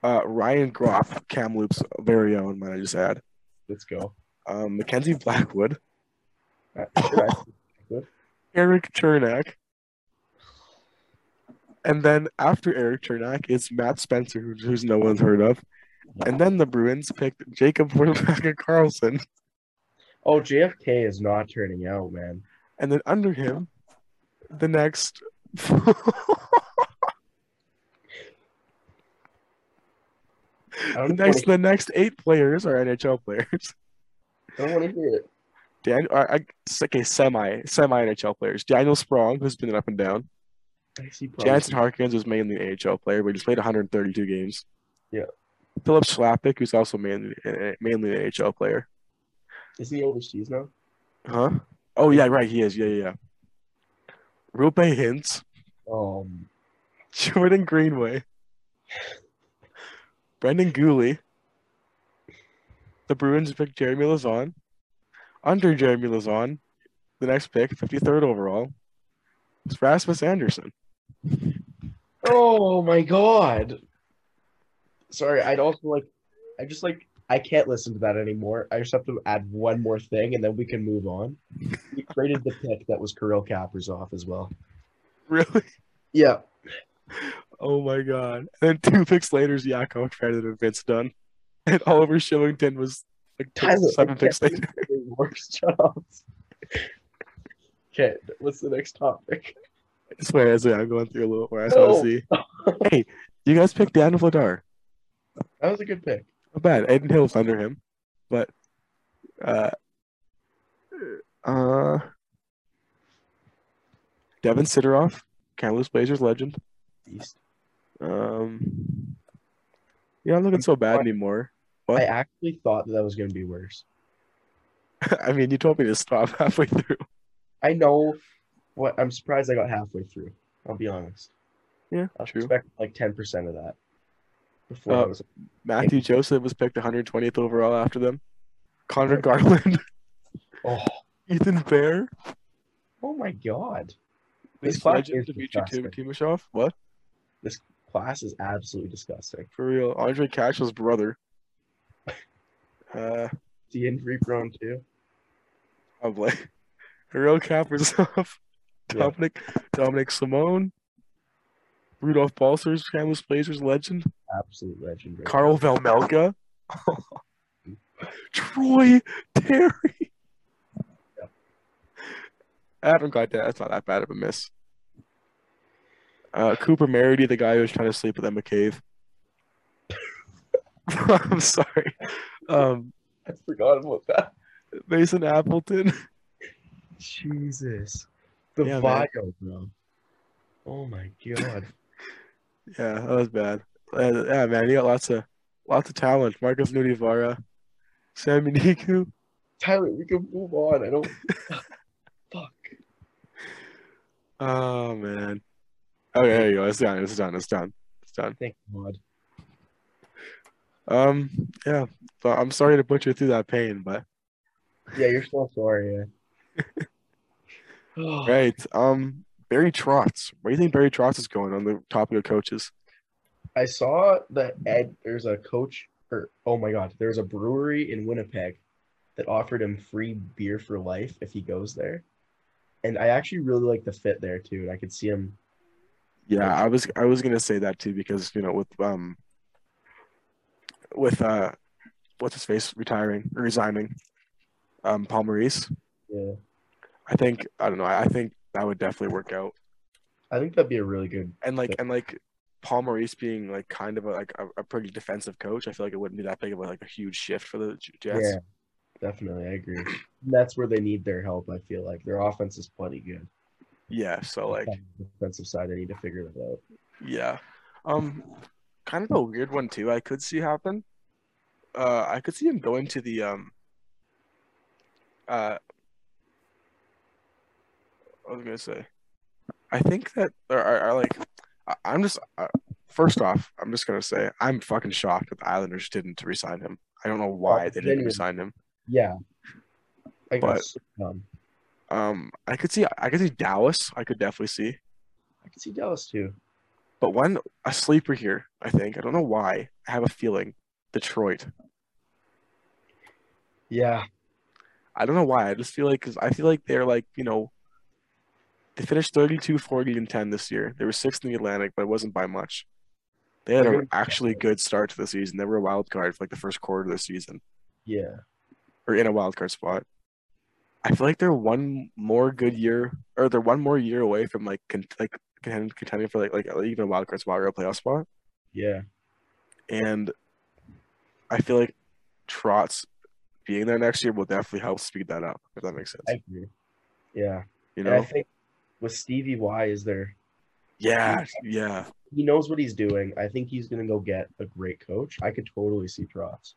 A: uh, Ryan Groff, Kamloops' very own, might I just add,
B: Let's go.
A: um, Mackenzie Blackwood,
B: Uh, sure, I-
A: Eric Chernak, and then after Eric Chernak, it's Matt Spencer, who- who's no one's heard of, and then the Bruins picked Jacob Wernbacker Carlson,
B: Oh, JFK is not turning out, man.
A: and then under him, the next.
B: I
A: The
B: don't,
A: next,
B: want
A: the next eight players are NHL players.
B: to, I don't want to hear it.
A: Dan, or, I, okay, semi, semi NHL players. Daniel Sprong, who's been up and down.
B: I see
A: Jansen
B: problems.
A: Harkins was mainly an AHL player, but he's played 132 games.
B: Yeah.
A: Philip Schlappick, who's also mainly eh, mainly an AHL player.
B: Isn't he overseas now?
A: Huh? Oh yeah, right. He is. Yeah, yeah. yeah. Rupe Hintz,
B: Um,
A: Jordan Greenway, Brendan Gooley. The Bruins picked Jeremy Lazon. Under Jeremy Lazon, the next pick, 53rd overall, is Rasmus Anderson.
B: Oh my god. Sorry, I'd also like I just like I can't listen to that anymore. I just have to add one more thing and then we can move on. We traded the pick that was Kirill Kappers off as well.
A: Really?
B: Yeah.
A: Oh my god. And then two picks later is Yakov traded and Vince Dunn. And Oliver Shillington was like
B: Tyler,
A: seven
B: I
A: picks
B: can't
A: later.
B: believe the Worst jobs. Okay, what's the next topic?
A: I swear, I swear, I'm going through a little more. I just want to
B: No.
A: see. hey, you guys picked Dan Vladar.
B: That was a good pick.
A: Not bad. Aiden Hill's under him. But uh uh Devin Sidorov, Kamloops Blazers legend.
B: East.
A: Um you're not looking so bad anymore.
B: I actually thought that, that was going to be worse.
A: I mean, you told me to stop halfway through.
B: I know what I'm surprised I got halfway through. I'll be honest.
A: Yeah,
B: I was
A: true.
B: expecting like 10% of that. Before I
A: Uh,
B: was
A: Matthew Joseph was picked 120th overall after them. Connor Garland,
B: oh,
A: Ethan Bear,
B: oh my god. This
A: this
B: class
A: legend
B: is
A: Dmitry Tim-
B: disgusting.
A: Timoshov. What
B: Class is absolutely disgusting.
A: for real? Andre Cash's brother. Uh,
B: The injury prone too.
A: probably. Real Kaprizov,
B: Yeah.
A: Dominic Dominic Simone, Rudolph Balsers, Camus Blazers legend,
B: Absolute legend. right
A: Carl Velmelka, Troy Terry. Adam got that. That's not that bad of a miss. Uh, Cooper Merity, the guy who was trying to sleep with Emma Cave. I'm sorry. Um,
B: there. I forgot about that.
A: Mason Appleton.
B: Jesus. The
A: Yeah, man.
B: bio, bro. Oh my god.
A: Yeah, that was bad. Uh, yeah, man, you got lots of lots of talent. Marcus Nudivara, Sammy Niku.
B: Tyler, we can move on. I don't fuck.
A: Oh man. Okay, there you go. It's done. It's done. It's done. It's done.
B: Thank God.
A: Um, yeah. So I'm sorry to put you through that pain, but
B: Yeah, you're so sorry, Oh, yeah.
A: right. Um, Barry Trotz. Where do you think Barry Trotz is going on the topic of coaches?
B: I saw that Ed there's a coach or oh my god, there's a brewery in Winnipeg that offered him free beer for life if he goes there. And I actually really like the fit there too. And I could see him
A: Yeah, I was I was gonna say that too because you know with um with uh what's his face retiring or resigning, um Paul Maurice.
B: yeah.
A: I think I don't know. I I think that would definitely work out.
B: I think that'd be a really good
A: And like and like Paul Maurice being like kind of a, like a, a pretty defensive coach, I feel like it wouldn't be that big of a, like a huge shift for the J- Jets.
B: Yeah, definitely. I agree. And that's where they need their help, I feel like. Their offense is plenty good.
A: Yeah, so like
B: the defensive side, I need to figure that out.
A: yeah. Um kind of a weird one too. I could see happen. Uh I could see him going to the um uh I was gonna say, I think that there are, are like, I, I'm just uh, first off, I'm just gonna say I'm fucking shocked that the Islanders didn't resign him. I don't know why they didn't
B: genuine.
A: resign him.
B: Yeah. I
A: But-
B: guess um,
A: Um, I could see, I could see Dallas. I could definitely see,
B: I could see Dallas too.
A: but one a sleeper here. I think I don't know why. I have a feeling Detroit.
B: Yeah.
A: I don't know why. I just feel like because I feel like they're like you know. They finished 32, 40, and 10 this year. They were sixth in the Atlantic, but it wasn't by much. They had
B: They're
A: an
B: gonna-
A: actually good start to the season. They were a wild card for like the first quarter of the season,
B: Yeah.
A: or in a wild card spot. I feel like they're one more good year, or they're one more year away from like con- like contend- contending for like like even a wild card spot or a playoff spot.
B: Yeah.
A: and I feel like Trotz being there next year will definitely help speed that up. If that makes sense,
B: I agree. Yeah.
A: you
B: And I
A: know?
B: think with Stevie Y is there,
A: Yeah, yeah,
B: he knows what he's doing. I think he's gonna go get a great coach. I could totally see Trotz.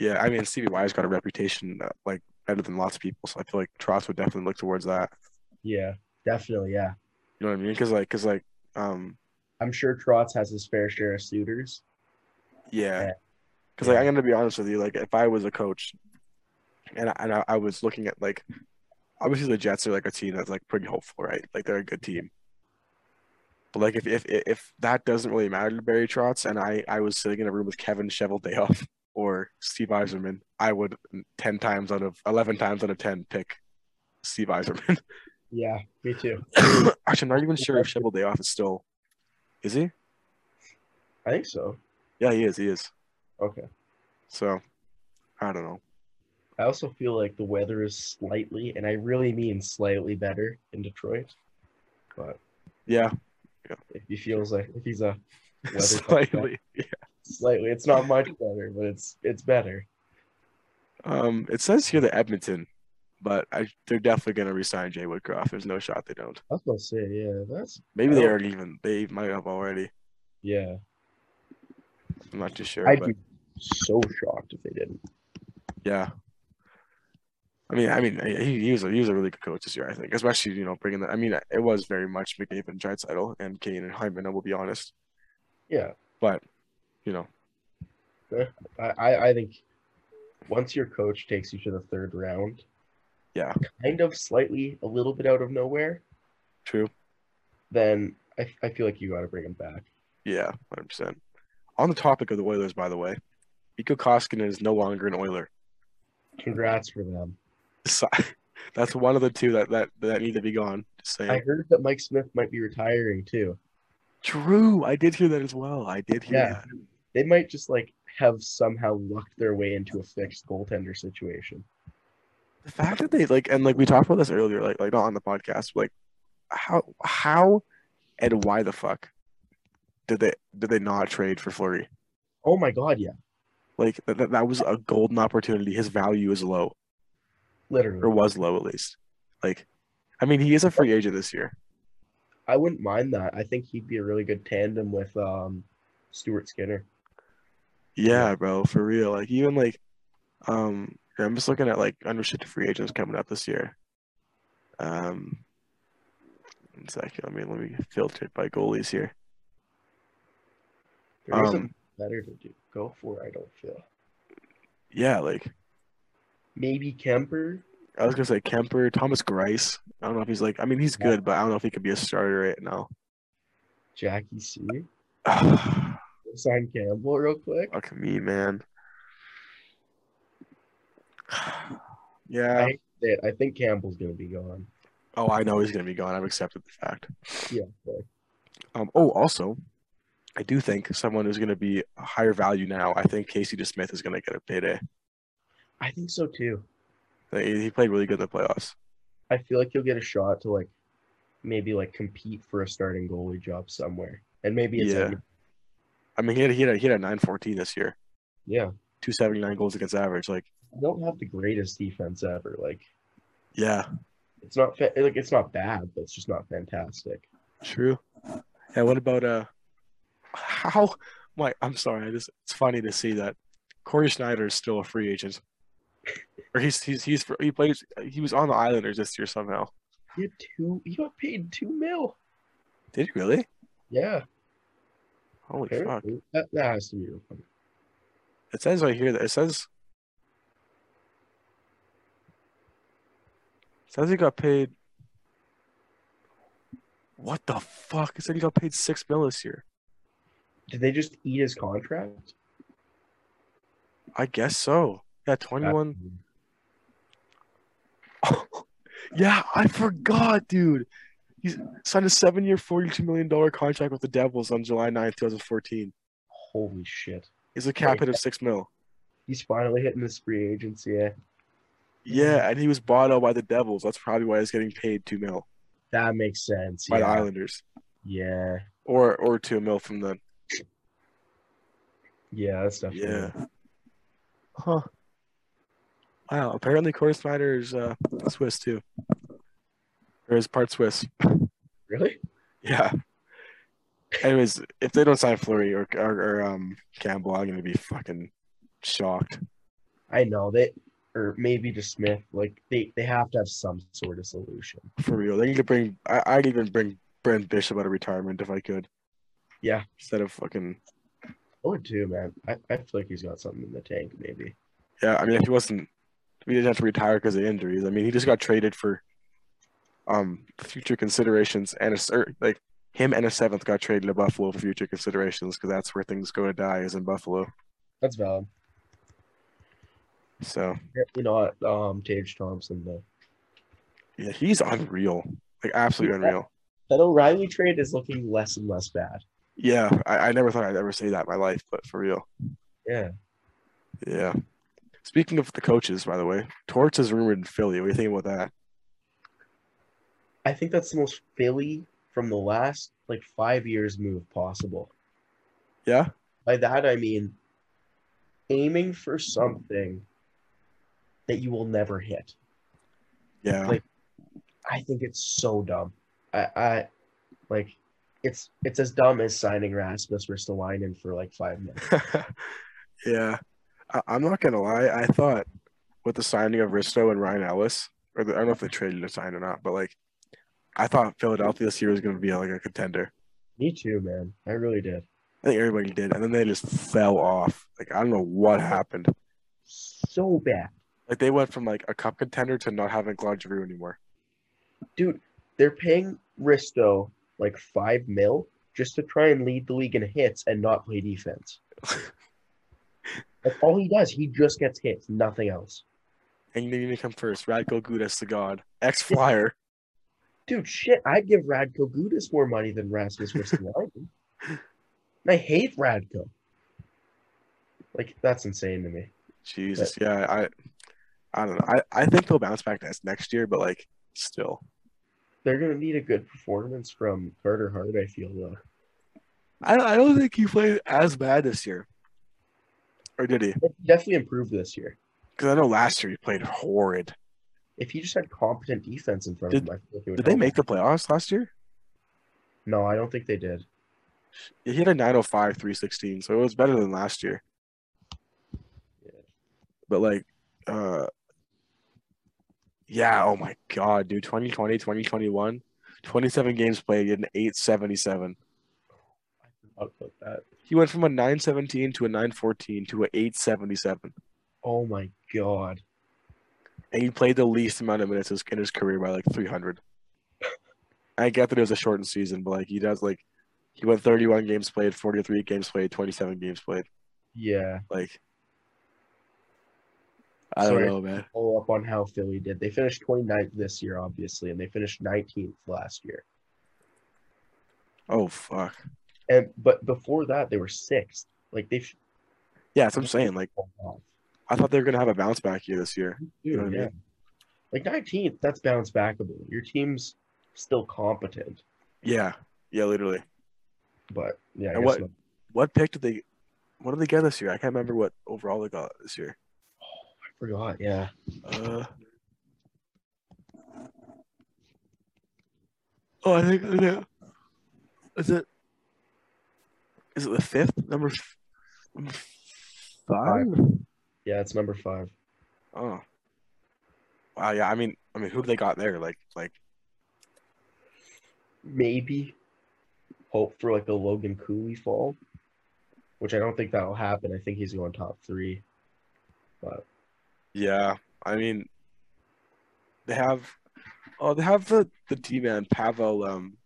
A: yeah. I mean, Stevie Y's got a reputation uh, like better than lots of people, so I feel like Trotz would definitely look towards that.
B: Yeah, definitely. Yeah.
A: You know what I mean? Because like, because like, um,
B: I'm sure Trotz has his fair share of suitors.
A: yeah.
B: Yeah.
A: Because like, I'm gonna be honest with you. Like, if I was a coach, and I, and I, I was looking at like, obviously the Jets are like a team that's like pretty hopeful, right? Like they're a good team. But like if if if that doesn't really matter to Barry Trotz, and I I was sitting in a room with Kevin Cheveldayoff or Steve Eiserman, I would ten times out of eleven times out of ten pick Steve Eiserman.
B: Yeah, me too.
A: Actually, I'm not even sure if Cheveldayoff is still. Is he?
B: I think so.
A: Yeah, he is. He is.
B: Okay.
A: So, I don't know.
B: I also feel like the weather is slightly, and I really mean slightly better in Detroit. But
A: Yeah,
B: if he feels like if he's a weather
A: slightly.
B: slightly, it's not much better, but it's it's better.
A: Um, it says here that Edmonton, but I, they're definitely going to resign Jay Woodcroft. There's no shot they don't.
B: I was gonna say, yeah, that's
A: Maybe they
B: Oh.
A: already even they might have already.
B: yeah.
A: I'm not too sure.
B: I'd
A: but
B: be so shocked if they didn't.
A: yeah, I mean, I mean, he, he was a, he was a really good coach this year. I think, especially you know bringing that. I mean, it was very much McDavid and Dreisaitl and Kane and Hyman. I will be honest,
B: Yeah,
A: but you know.
B: I, I, I think once your coach takes you to the third round,
A: Yeah.
B: kind of slightly a little bit out of nowhere,
A: True.
B: then I, I feel like you got to bring him back.
A: Yeah, 100%. On the topic of the Oilers, by the way, Mikko Koskinen is no longer an Oiler.
B: Congrats for them.
A: So- That's one of the two that, that, that need to be gone. Just saying.
B: I heard that Mike Smith might be retiring too.
A: True. I did hear that as well. I did hear
B: Yeah.
A: that.
B: They might just like have somehow lucked their way into a fixed goaltender situation.
A: the fact that they like and like we talked about this earlier like like not on the podcast like how how and why the fuck did they did they not trade for Flurry?
B: Oh my god, yeah,
A: Like that, that, that was a golden opportunity. His value is low or
B: literally.
A: was low at least. Like I mean, he is a free agent this year.
B: I wouldn't mind that. I think he'd be a really good tandem with um Stuart Skinner.
A: Yeah, bro, for real. Like even like um I'm just looking at like unrestricted free agents coming up this year. Um one second, I mean let me filter it by goalies here.
B: There not
A: Um,
B: better to do. Go for it, I don't feel.
A: Yeah, like
B: Maybe Kemper.
A: I was gonna say Kemper, Thomas Grice. I don't know if he's like. I mean, he's good, but I don't know if he could be a starter right now.
B: Jackie C.
A: Fuck
B: Sign Campbell real quick.
A: me, man. Yeah.
B: Yeah, I think Campbell's gonna be gone.
A: Oh, I know he's gonna be gone. I've accepted the fact.
B: Yeah, okay.
A: Um. Oh, also, I do think someone who's gonna be a higher value now. I think Casey DeSmith is gonna get a payday.
B: I think so too.
A: He he played really good in the playoffs.
B: I feel like he'll get a shot to like maybe like compete for a starting goalie job somewhere, and maybe it's
A: Yeah. I mean, he had he had a, he had a nine fourteen this year,
B: yeah.
A: two seventy nine goals against average. Like,
B: They don't have the greatest defense ever. Like
A: yeah,
B: it's not fa- like it's not bad, but it's just not fantastic.
A: True. And what about uh how my I'm sorry, I just it's funny to see that Corey Schneider is still a free agent. Or he's he's he's he plays he was on the Islanders this year somehow.
B: He had two. He got paid two mil.
A: Did he really?
B: Yeah,
A: Holy fuck.
B: apparently. that, that has to be real funny.
A: It says right here that it says it says he got paid what the fuck? It said he got paid six mil this year.
B: Did they just eat his contract?
A: I guess so. Yeah, twenty one yeah, I forgot, dude. He signed a seven year, $42 million contract with the Devils on July 9th, 2014.
B: Holy shit!
A: He's a cap hit of six mil.
B: He's finally hitting this free agency. Eh?
A: Yeah, and he was bought out by the Devils. That's probably why he's getting paid two mil
B: That makes sense.
A: by the
B: yeah.
A: Islanders.
B: Yeah.
A: Or or two mil from the
B: Yeah, that's definitely.
A: Yeah. Huh. Wow, apparently Corey Snyder is uh, Swiss too. Or is part Swiss.
B: Really?
A: Yeah. Anyways, if they don't sign Fleury or, or, or um Campbell, I'm gonna be fucking shocked.
B: I know that, or maybe to Smith. Like they, they have to have some sort of solution.
A: For real, they need to bring. I, I'd even bring Brent Bishop out of retirement if I could.
B: Yeah.
A: Instead of fucking.
B: I would too, man. I, I feel like he's got something in the tank. Maybe.
A: Yeah, I mean, if he wasn't, if he didn't have to retire because of injuries. I mean, he just got traded for, um, future considerations and a cer- like him and a seventh got traded to Buffalo for future considerations because that's where things go to die is in Buffalo.
B: That's valid.
A: So
B: You know, what, um, Tage Thompson though.
A: yeah, he's unreal, like absolutely unreal.
B: That O'Reilly trade is looking less and less bad.
A: Yeah, I, I never thought I'd ever say that in my life, but for real.
B: Yeah.
A: Yeah. Speaking of the coaches, by the way, Torts is rumored in Philly. What do you think about that?
B: I think that's the most Philly from the last like five years move possible.
A: Yeah.
B: By that I mean aiming for something that you will never hit.
A: Yeah.
B: Like- I think it's so dumb. I, I like it's it's as dumb as signing Rasmus Ristolainen for like five minutes.
A: yeah. I, I'm not going to lie. I thought with the signing of Risto and Ryan Ellis, or the, I don't know if they traded a sign or not, but like, I thought Philadelphia this year was going to be like a contender.
B: Me too, man. I really did.
A: I think everybody did, and then they just fell off. Like I don't know what happened.
B: So bad.
A: Like they went from like a cup contender to not having Claude Giroux anymore.
B: Dude, they're paying Risto like five mil just to try and lead the league in hits and not play defense. That's all he does. He just gets hits, nothing else.
A: And you need to come first. Radko Gudas the god, ex Flyer.
B: Dude, shit, I'd give Radko Gudas more money than Rasmus Ristolainen. and I hate Radko. Like, that's insane to me.
A: Jesus, yeah, I, I don't know. I, I think they'll bounce back next next year, but like, still,
B: They're going to need a good performance from Carter Hart, I feel, though.
A: I, I don't think he played as bad this year. Or did he?
B: It definitely improved this year.
A: Because I know last year he played horrid.
B: If he just had competent defense in front
A: Did-
B: of him, I feel like it would
A: Did they
B: help.
A: make the playoffs last year?
B: No, I don't think they did.
A: He had a 905, 316, so it was better than last year.
B: Yeah.
A: But like, uh, yeah, oh my God, dude, 2020, 2021, 27 games played, he had an 877.
B: I'll put that.
A: He went from a 917 to a 914 to a 877.
B: Oh my god.
A: And he played the least amount of minutes his- in his career by like 300. I get that it was a shortened season, but like, he does like, he went 31 games played, 43 games played, 27 games played.
B: Yeah.
A: Like, I don't
B: Sorry.
A: know, man.
B: Follow up on how Philly did. They finished 29th this year, obviously, and they finished 19th last year.
A: Oh fuck.
B: And but before that, they were sixth. Like they. Sh-
A: Yeah, that's what I'm saying. Like,
B: oh, wow.
A: I thought they were gonna have a bounce back year this year.
B: Dude,
A: know what I
B: yeah. Like 19th, that's bounce backable. Your team's still competent,
A: Yeah, yeah, literally.
B: but yeah. I
A: And
B: guess
A: what-
B: not.
A: What pick did they? What did they get this year? I can't remember what overall they got this year.
B: I forgot. Yeah.
A: Uh. Oh, I think yeah. is it. Is it the fifth number? f- number Five.
B: Yeah, it's number five.
A: Oh. Wow. Yeah. I mean, I mean, who they got there? Like, like.
B: Maybe hope for like a Logan Cooley fall, which I don't think that'll happen. I think he's going top three. But
A: Yeah, I mean, they have, oh, they have the the D man Pavel um,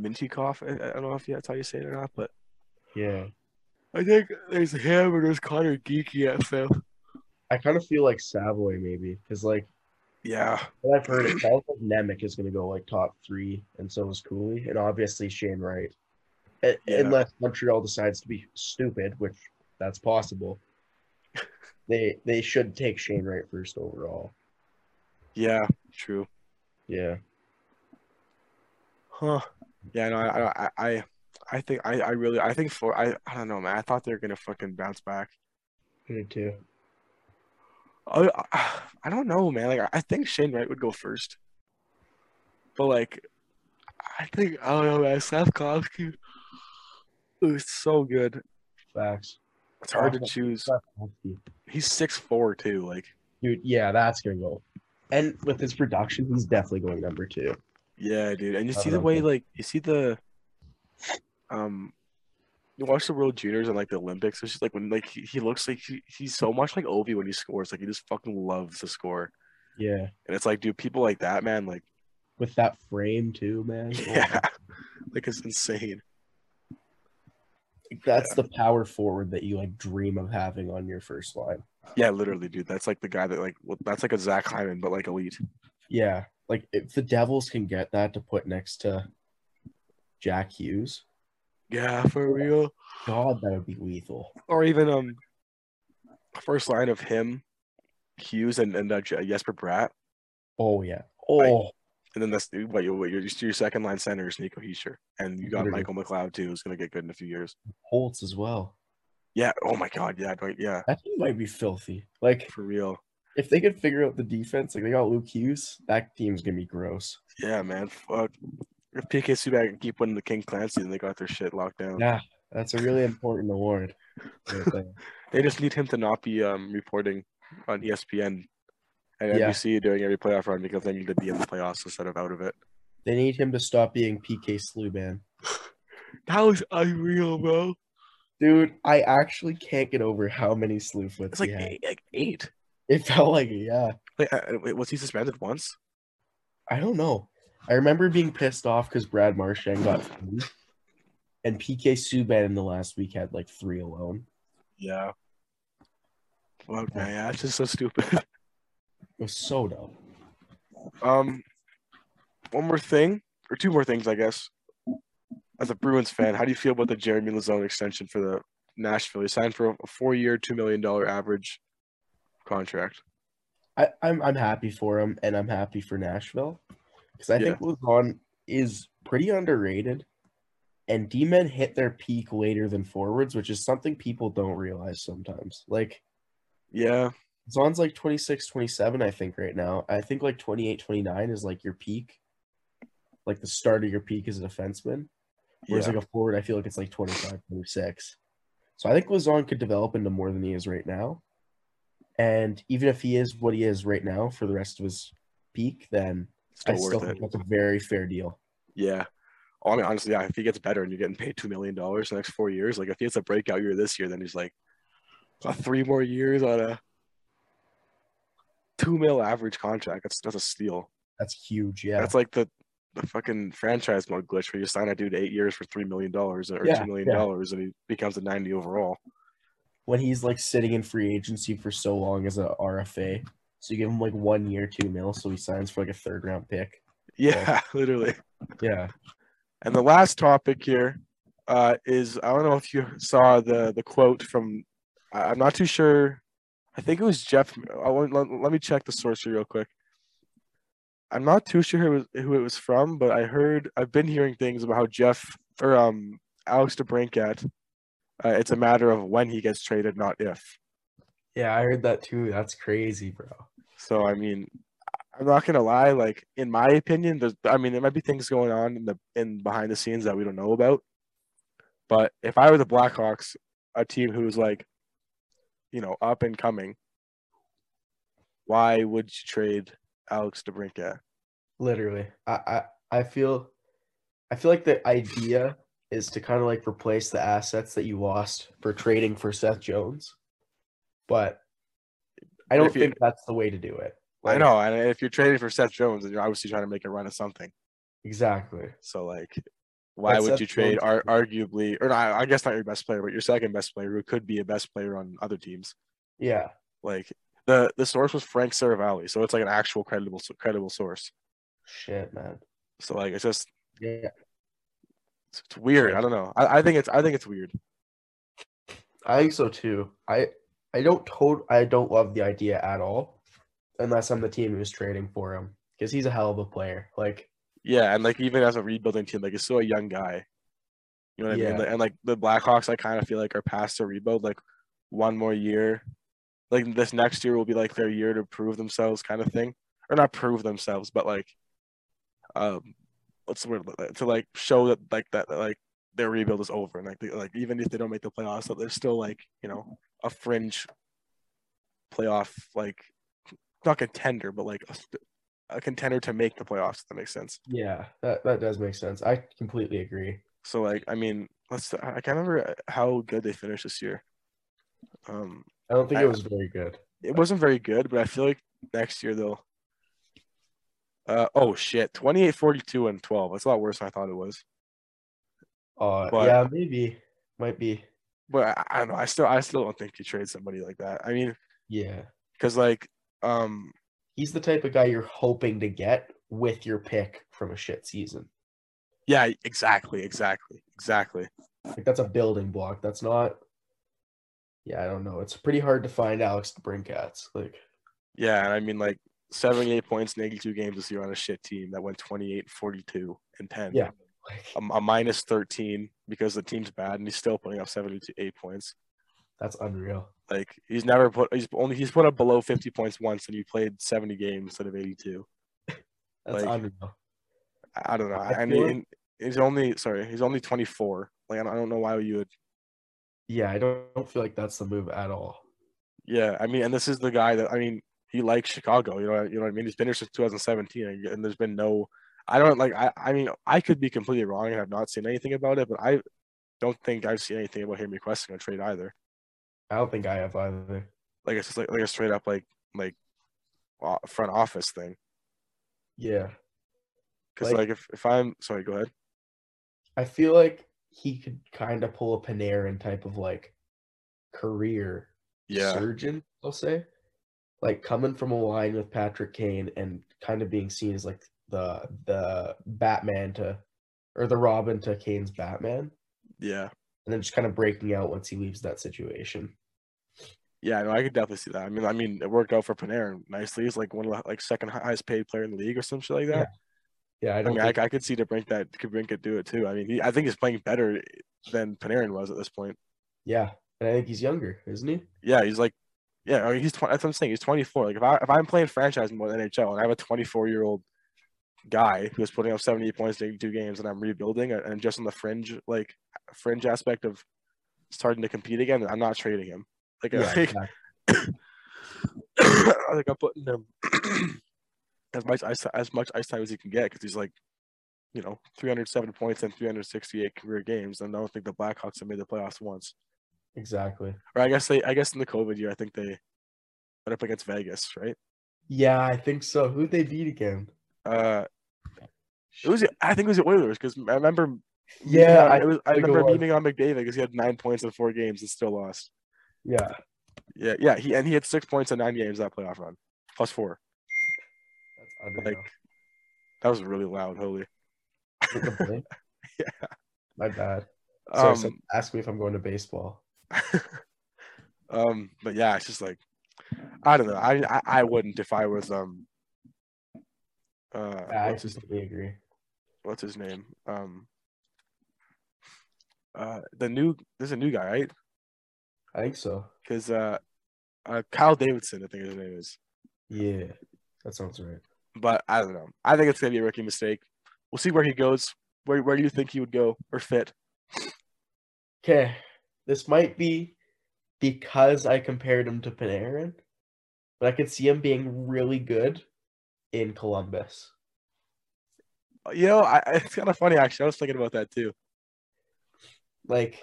A: Mintikov. I, I don't know if that's how you say it or not, but
B: yeah.
A: I think there's him and there's Connor Geeky at fifth.
B: I kind of feel like Savoy maybe because like
A: Yeah,
B: what I've heard, it sounds like Nemec is going to go like top three, and so is Cooley, and obviously Shane Wright, A-
A: Yeah.
B: unless Montreal decides to be stupid, which that's possible. they they should take Shane Wright first overall.
A: yeah, true.
B: Yeah,
A: Huh. Yeah, no, I, I, I, I think I, I really, I think for I, I don't know, man. I thought they were gonna fucking bounce back.
B: me too.
A: I, I- I don't know, man. Like, I think Shane Wright would go first, but like, I think I don't know, man. Slavkovsky was so good.
B: Facts.
A: It's hard to choose. He's six four too. Like,
B: Dude, yeah, that's gonna go. And with his production, he's definitely going number two.
A: yeah, dude. And you
B: I
A: see the
B: don't
A: way,
B: think-
A: like, you see the, um, you watch the World Juniors and like the Olympics. It's just like when like he, he looks like he, he's so much like Ovi when he scores. Like he just fucking loves to score.
B: Yeah,
A: And it's like, dude, people like that, man. Like,
B: with that frame too, man. Oh,
A: yeah, like it's insane.
B: that's the power forward that you like dream of having on your first line.
A: Yeah, literally, dude. That's like the guy that like well, that's like a Zach Hyman, but like elite.
B: Yeah, like if the Devils can get that to put next to Jack Hughes,
A: Yeah, for real.
B: God, that would be lethal.
A: Or even um, first line of him, Hughes and and uh, J- Jesper Bratt,
B: Oh yeah. Oh,
A: and then that's what you what your your second line center is Nico Heischer, and you got
B: Literally.
A: Michael McLeod too, who's gonna get good in a few years.
B: Holtz as well.
A: Yeah. Oh my God. Yeah. Right, yeah.
B: That team might be filthy. Like
A: For real.
B: if they could figure out the defense, like they got Luke Hughes, that team's gonna be gross.
A: Yeah, man. Fuck. If PK Subban can keep winning the King Clancy, then they got their shit locked down.
B: Yeah, that's a really important award. uh, right there.
A: They just need him to not be um, reporting on E ESPN and
B: Yeah.
A: NBC during every playoff run because they need to be in the playoffs instead of out of it.
B: they need him to stop being PK Sluban.
A: That was unreal, bro.
B: Dude, I actually can't get over how many slew foots
A: It's like
B: he had.
A: eight, like eight.
B: It felt like it, yeah.
A: Like, I- I- wait, was he suspended once?
B: I don't know. I remember being pissed off because Brad Marchand got food, and PK Subban in the last week had like three alone.
A: Yeah. Fuck man, yeah, it's just so stupid.
B: It was so dumb.
A: Um, one more thing, or two more things, I guess. As a Bruins fan, how do you feel about the Jeremy Lazone extension for the Nashville? He signed for a four-year, two million dollar average contract.
B: I, I'm I'm happy for him, and I'm happy for Nashville because I
A: Yeah.
B: think Luzon is pretty underrated, and D-men hit their peak later than forwards, which is something people don't realize sometimes. Like
A: Yeah,
B: Zon's like 26, 27, I think right now. I think like 28, 29 is like your peak, like the start of your peak as a defenseman. Whereas
A: yeah,
B: like a forward, I feel like it's like 25, 26. So I think Lazon could develop into more than he is right now. And even if he is what he is right now for the rest of his peak, then
A: still
B: I
A: worth
B: still
A: it.
B: think that's a very fair deal.
A: Yeah. Oh, I mean, honestly, yeah. If he gets better and you're getting paid two million dollars the next four years, like if he gets a breakout year this year, then he's like got three more years on a two mil average contract. That's that's a steal.
B: That's huge. Yeah.
A: That's like the the fucking franchise mode glitch where you sign a dude eight years for three million dollars or
B: Yeah,
A: two million
B: yeah.
A: dollars and he becomes a ninety overall.
B: when he's like sitting in free agency for so long as a RFA. So you give him like one year, two mil. So he signs for like a third round pick.
A: Yeah, literally.
B: Yeah.
A: And the last topic here uh, is I don't know if you saw the the quote from I- I'm not too sure. I think it was Jeff. I want, let, let me check the source here real quick. I'm not too sure who it, was, who it was from, but I heard I've been hearing things about how Jeff or um Alex DeBrincat. Uh, it's a matter of when he gets traded, not if.
B: Yeah. I heard that too. That's crazy, bro.
A: So I mean, I- I'm not gonna lie. Like in my opinion, there's. I mean, there might be things going on in the in behind the scenes that we don't know about. But if I were the Blackhawks, a team who's like, you know, up and coming, why would you trade Alex DeBrincat?
B: Literally. I, I I feel I feel like the idea is to kind of like replace the assets that you lost for trading for Seth Jones. But I don't
A: If you-
B: think that's the way to do it.
A: I
B: Like,
A: know, and if you're trading for Seth Jones, then you're obviously trying to make a run at something.
B: Exactly.
A: So like, why
B: But
A: would
B: Seth
A: you trade
B: Jones-
A: ar- arguably, or no, I I guess not your best player, but your second best player, who could be a best player on other teams?
B: Yeah.
A: like the the source was Frank Saravalli, so it's like an actual credible credible source.
B: Shit, man.
A: So like it's just
B: Yeah.
A: it's, it's weird. I don't know. I, I think it's I think it's weird.
B: I think so too. I I don't tot- I don't love the idea at all unless I'm the team who's trading for him because he's a hell of a player. Like
A: Yeah, and like even as a rebuilding team, like it's still a young guy. You know what I
B: Yeah.
A: mean? And like the Blackhawks, I kind of feel like are past their rebuild. Like one more year, like this next year will be like their year to prove themselves, kind of thing, or not prove themselves, but like, um, what's the word Like, to like show that like that like their rebuild is over, and like they, like even if they don't make the playoffs, that they're still like you know a fringe playoff like not contender, but like a, a contender to make the playoffs. If that makes sense.
B: yeah, that that does make sense. I completely agree.
A: So like, I mean, let's. I can't remember how good they finished this year. Um,
B: I don't think
A: I-
B: it was very good.
A: it wasn't very good, but I feel like next year they'll. Uh oh shit, 28, 42, and twelve. That's a lot worse than I thought it was.
B: Uh,
A: But-
B: yeah, maybe, might be.
A: But I, I don't know. I still, I still don't think you trade somebody like that. I mean,
B: Yeah,
A: because like, um,
B: he's the type of guy you're hoping to get with your pick from a shit season.
A: yeah, exactly, exactly, exactly.
B: Like that's a building block. That's not. Yeah, I don't know. It's pretty hard to find Alex Brinkats. Like,
A: Yeah, and I mean like 78 points in 82 games this year on a shit team that went 28, 42, and 10.
B: Yeah. like
A: a, a minus 13 because the team's bad and he's still putting up 78 points.
B: that's unreal.
A: Like he's never put he's only he's put up below 50 points once and he played 70 games instead of 82.
B: That's
A: Like-
B: unreal.
A: I, I don't know.
B: I
A: I, and,
B: feel
A: he- and he's only sorry, he's only 24. Like I don't, I don't know why you would
B: Yeah, I don't, don't feel like that's the move at all.
A: Yeah, I mean and this is the guy that I mean he likes Chicago, you know you know what I mean? He's been here since 2017 and- and there's been no I don't like I I mean I could be completely wrong and I've not seen anything about it, but I don't think I've seen anything about him requesting a trade either.
B: I don't think I have either.
A: Like it's just like, like a straight up like like o- front office thing.
B: Yeah.
A: Because
B: Like-
A: like, if, if I'm sorry, go ahead.
B: I feel like he could kind of pull a Panarin type of like career surgeon, I'll say. Like coming from a line with Patrick Kane and kind of being seen as like the the Batman to or the Robin to Kane's Batman.
A: yeah,
B: And then just kind of breaking out once he leaves that situation.
A: yeah. No, I could definitely see that. I mean, I mean, it worked out for Panarin nicely. He's like one of the like second hi- highest paid player in the league or some shit like that.
B: Yeah, I
A: I
B: don't
A: mean, I,
B: think
A: I could see DeBrink that DeBrink could do it too. I mean, he, I think he's playing better than Panarin was at this point.
B: yeah. And I think he's younger, isn't he?
A: Yeah, he's like, yeah, I mean, he's 20, that's what I'm saying. He's 24. Like if I if I'm playing franchise mode in NHL and I have a 24 year old guy who's putting up 70 points in two games and I'm rebuilding and- and just on the fringe like fringe aspect of starting to compete again, I'm not trading him. Like, I think
B: exactly.
A: I think I'm putting him as much ice as much ice time as he can get because he's like, you know, 307 points in 368 career games, and I don't think the Blackhawks have made the playoffs once.
B: exactly.
A: Or I guess they, I guess in the COVID year, I think they went up against Vegas, right?
B: Yeah, I think so. Who'd they beat again?
A: Uh, it was, I think it was the Oilers because I remember,
B: yeah,
A: I,
B: I,
A: it was, I
B: think it
A: remember
B: was.
A: beating on McDavid because he had nine points in four games and still lost.
B: yeah.
A: Yeah, yeah, he and he had six points in nine games that playoff run, plus four.
B: That's unreal.
A: Like, that was really loud, holy.
B: Is it the blink? My bad. Sorry,
A: Um,
B: someone asked me if I'm going to baseball.
A: um, but yeah, it's just like I don't know. I I, I wouldn't if I was um. Uh,
B: Yeah, I
A: what's his
B: completely agree.
A: what's his name? Um, uh, the new there's a new guy, right?
B: I think so.
A: Because uh, uh, Kyle Davidson, I think his name is.
B: Yeah, that sounds right.
A: But I don't know. I think it's gonna be a rookie mistake. We'll see where he goes. Where where do you think he would go or fit?
B: Okay, this might be because I compared him to Panarin, but I could see him being really good in Columbus.
A: Uh, You know, I, I- it's kind of funny actually. I was thinking about that too.
B: Like,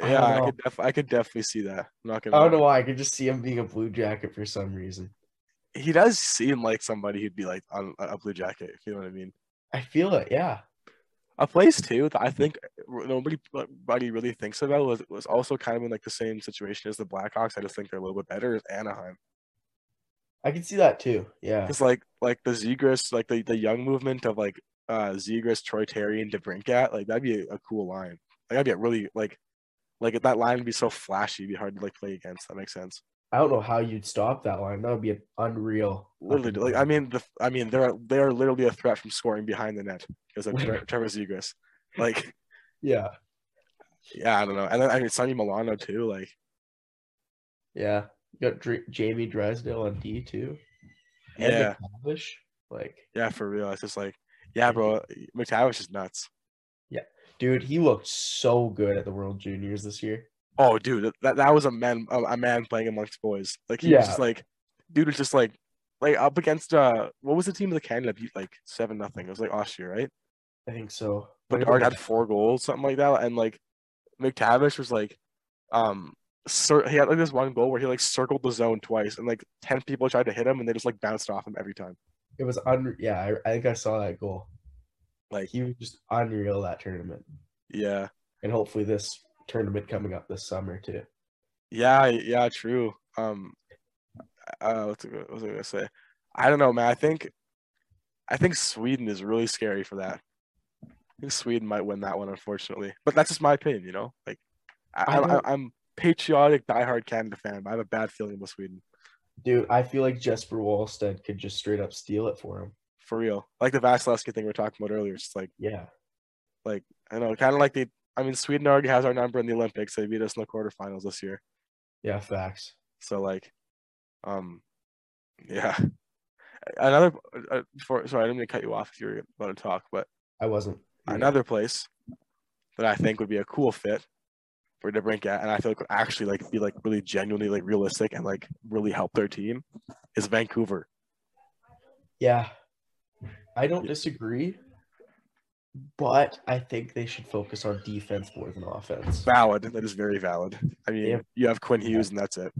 B: I
A: Yeah,
B: don't
A: I,
B: know.
A: could def- I could definitely see that. I'm not gonna.
B: I don't know
A: lie.
B: why. I could just see him being a Blue Jacket for some reason.
A: He does seem like somebody who'd be like on a a blue jacket. If you know what I mean.
B: I feel it. Yeah.
A: A place too that I think nobody nobody really thinks about was was also kind of in like the same situation as the Blackhawks. I just think they're a little bit better. Is Anaheim?
B: I could see that too. Yeah.
A: It's like like the Zegras, like the, the young movement of like uh Zegras, Troy Terry, and DeBrincat. Like that'd be a, cool line. Like that'd be a really like like that line would be so flashy, it'd be hard to like play against. That makes sense.
B: I don't know how you'd stop that line. That would be unreal.
A: Literally, like I mean, the I mean, they're they're literally a threat from scoring behind the net because of Tre- Trevor Zegras. Like
B: yeah.
A: yeah, I don't know, and then I mean Sonny Milano too. Like
B: Yeah. You got Dr- Jamie Drysdale on D too. And
A: yeah,
B: McTavish. Like,
A: yeah, for real. It's just like yeah, bro, McTavish is nuts.
B: dude, he looked so good at the World Juniors this year.
A: Oh, dude, that that was a man a, a man playing amongst boys. Like he was just like, dude was just like, like up against uh, what was the team of the Canada beat like seven nothing? It was like Austria, right?
B: I think so.
A: Bedard had four goals, something like that, and like McTavish was like, um, cir- he had like this one goal where he like circled the zone twice, and like ten people tried to hit him, and they just like bounced off him every time.
B: It was un. Yeah, I, I think I saw that goal.
A: Like
B: He was just unreal that tournament,
A: yeah,
B: and hopefully this tournament coming up this summer too.
A: yeah, yeah, true. Um, uh, what's what was I gonna say? I don't know, man. I think, I think Sweden is really scary for that. I think Sweden might win that one, unfortunately. But that's just my opinion, you know. Like, I,
B: I
A: I'm,
B: don't-
A: I'm patriotic, diehard Canada fan, but I have a bad feeling with Sweden.
B: Dude, I feel like Jesper Wallstead could just straight up steal it for him.
A: for real. Like the Vasilevsky thing we are talking about earlier. It's just like
B: Yeah,
A: I know, kind of like the. I mean, Sweden already has our number in the Olympics. They beat us in the quarterfinals this year.
B: yeah, facts.
A: So like, um, yeah. Another uh, before sorry, I didn't mean to cut you off if you were about to talk, but
B: I wasn't. you know.
A: another place that I think would be a cool fit for DeBrincat, and I feel like would actually like be like really genuinely like realistic and like really help their team is Vancouver.
B: Yeah, I don't disagree. but I think they should focus on defense more than offense.
A: Valid. That is very valid. I mean,
B: Yeah.
A: you have Quinn Hughes, and that's it.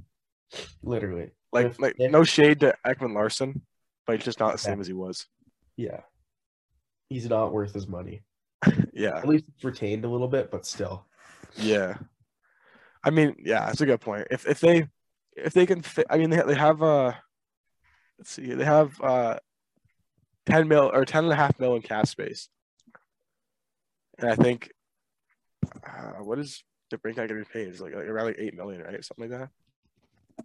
B: Literally.
A: Like,
B: If-
A: like
B: if-
A: no shade to Ekman Larson, but he's just not the same as he was.
B: Yeah. He's not worth his money.
A: Yeah,
B: At least it's retained a little bit, but still.
A: yeah. I mean, yeah, that's a good point. If if they if they can, fit, I mean, they they have uh, let's see, they have uh, ten mil or ten and a half mil in cap space, and I think uh, what is the brink guy getting paid? Is like, like around like eight million, right? Something like that.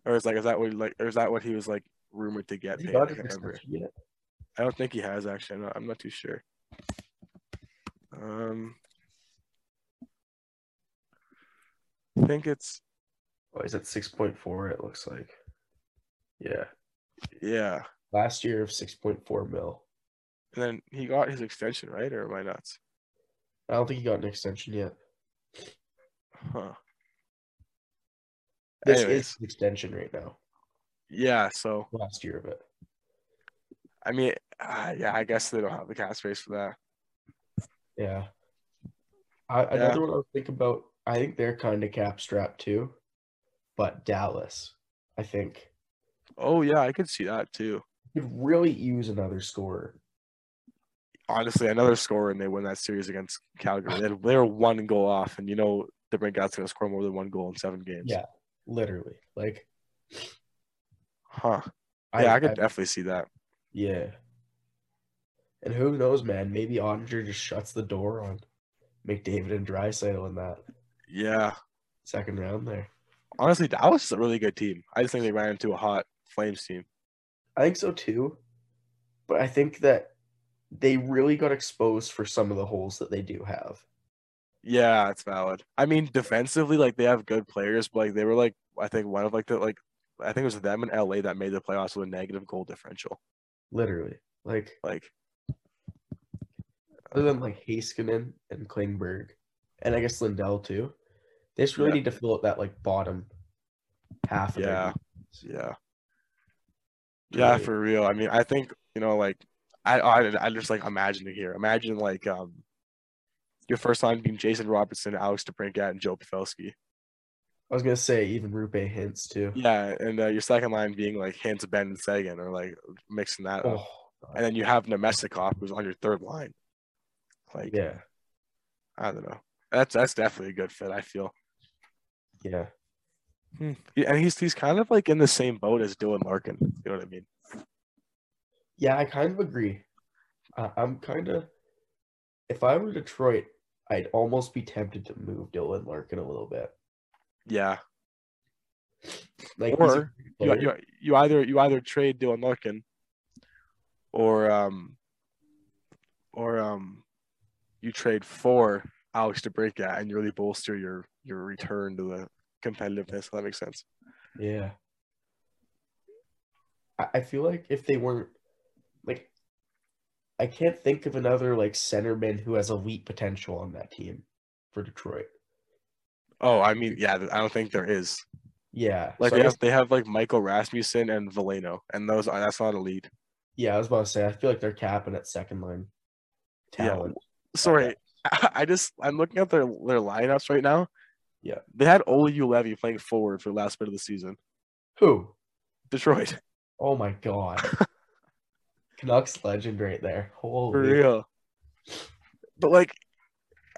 A: Or is like is that what like or is that what he was like rumored to get
B: Has he
A: paid? I
B: got
A: can't
B: his
A: remember.
B: extension yet?
A: I don't think he has actually. I'm not, I'm not too sure. Um, I think it's
B: Oh, he's at 6.4, it looks like. Yeah.
A: yeah.
B: Last year of 6.4 mil.
A: And then he got his extension, right? Or am I nuts?
B: I don't think he got an extension yet.
A: Huh.
B: This
A: Anyways.
B: is an extension right now.
A: Yeah. So
B: Last year of it.
A: I mean, uh, yeah. I guess they don't have the cap space for that.
B: Yeah. I, another one I was thinking about, I think they're kind of cap strapped too, but Dallas, I think,
A: Oh yeah, I could see that too.
B: could really use another scorer.
A: Honestly, another score and they win that series against Calgary. They're, they're one goal off, and you know the Brinkat's gonna score more than one goal in seven games.
B: Yeah. Literally. Like,
A: Huh. Yeah, I, could definitely see that.
B: Yeah. And who knows, man? Maybe Ottinger just shuts the door on McDavid and Drysdale in that
A: Yeah.
B: second round there.
A: honestly, Dallas is a really good team. I just think they ran into a hot Flames team.
B: I think so too. But I think that they really got exposed for some of the holes that they do have.
A: Yeah, it's valid. I mean, defensively, like they have good players, but like they were like I think one of like the like I think it was them in LA that made the playoffs with a negative goal differential.
B: Literally. Like
A: Like
B: other than like Haskinen and Klingberg and I guess Lindell too. They just really
A: Yeah.
B: need to fill up that like bottom half of
A: Yeah.
B: their defense.
A: yeah, yeah,
B: Really.
A: for real. I mean, I think you know like I I I just like imagining here. Imagine like um your first line being Jason Robertson, Alex DeBrincat, and Joe Pavelski.
B: I was gonna say even Rupe hints too.
A: Yeah, and uh, your second line being like Hans Ben and Sagan, or like mixing that up.
B: Oh,
A: and then you have Nemestikov who's on your third line. Like
B: yeah.
A: I don't know. That's that's definitely a good fit. I feel,
B: Yeah.
A: yeah, and he's he's kind of like in the same boat as Dylan Larkin. You know what I mean?
B: Yeah, I kind of agree. I I'm kind of, if I were Detroit, I'd almost be tempted to move Dylan Larkin a little bit.
A: Yeah.
B: Like, he's a
A: or
B: good
A: you,
B: player.
A: you, you either you either trade Dylan Larkin, or um, or um, you trade for Alex DeBrincat and you really bolster your your return to the competitiveness. If that makes sense.
B: yeah. I, I feel like if they weren't, like, I can't think of another like centerman who has elite potential on that team for Detroit.
A: Oh, I mean, yeah, I don't think there is.
B: Yeah,
A: Like
B: so I
A: they
B: guess-
A: have, they have like Michael Rasmussen and Valeno, and those are that's not elite.
B: yeah, I was about to say I feel like they're capping at second line
A: Yeah.
B: talent.
A: Sorry, I, I just I'm looking at their their lineups right now.
B: Yeah.
A: they had Ole Levy playing forward for the last bit of the season.
B: Who?
A: Detroit,
B: Oh my god. Canucks legend right there.
A: for
B: Holy
A: real. But like,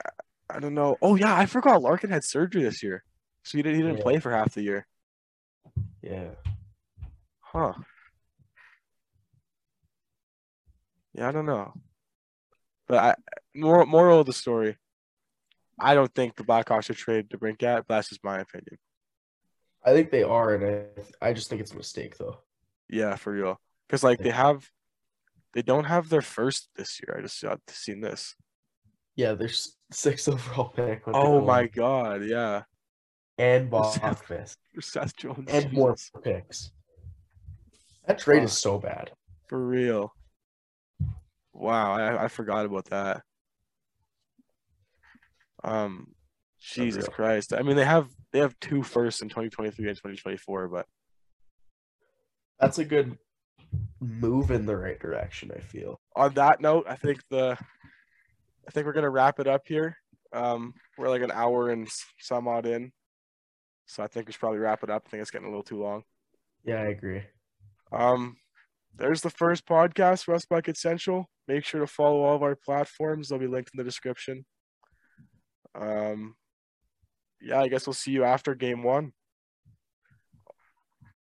A: I- I don't know. Oh yeah, I forgot Larkin had surgery this year, so he didn't he didn't
B: Yeah.
A: play for half the year.
B: yeah.
A: Huh. Yeah, I don't know. But I moral, moral of the story, I don't think the Blackhawks should trade to Brinkat, but that's just my opinion.
B: I think they are, and I, I just think it's a mistake though.
A: Yeah, for real. Because like they have they don't have their first this year. I just I've seen this.
B: Yeah, there's six overall pick. with the
A: Oh
B: Oilers.
A: my god, yeah.
B: And Bachvis
A: For Seth Jones.
B: and more
A: Jesus,
B: picks. That trade is so bad.
A: for real. Wow, I, I forgot about that. Um Jesus
B: Unreal.
A: Christ. I mean they have they have two firsts in 2023 and 2024, but
B: That's a good move in the right direction. I feel.
A: on that note, I think the I think we're gonna wrap it up here. Um, we're like an hour and s- some odd in, so I think we should probably wrap it up. I think it's getting a little too long.
B: Yeah, I agree.
A: Um, there's the first podcast, Rust Bucket Central. Make sure to follow all of our platforms. They'll be linked in the description. Um, yeah, I guess we'll see you after game one.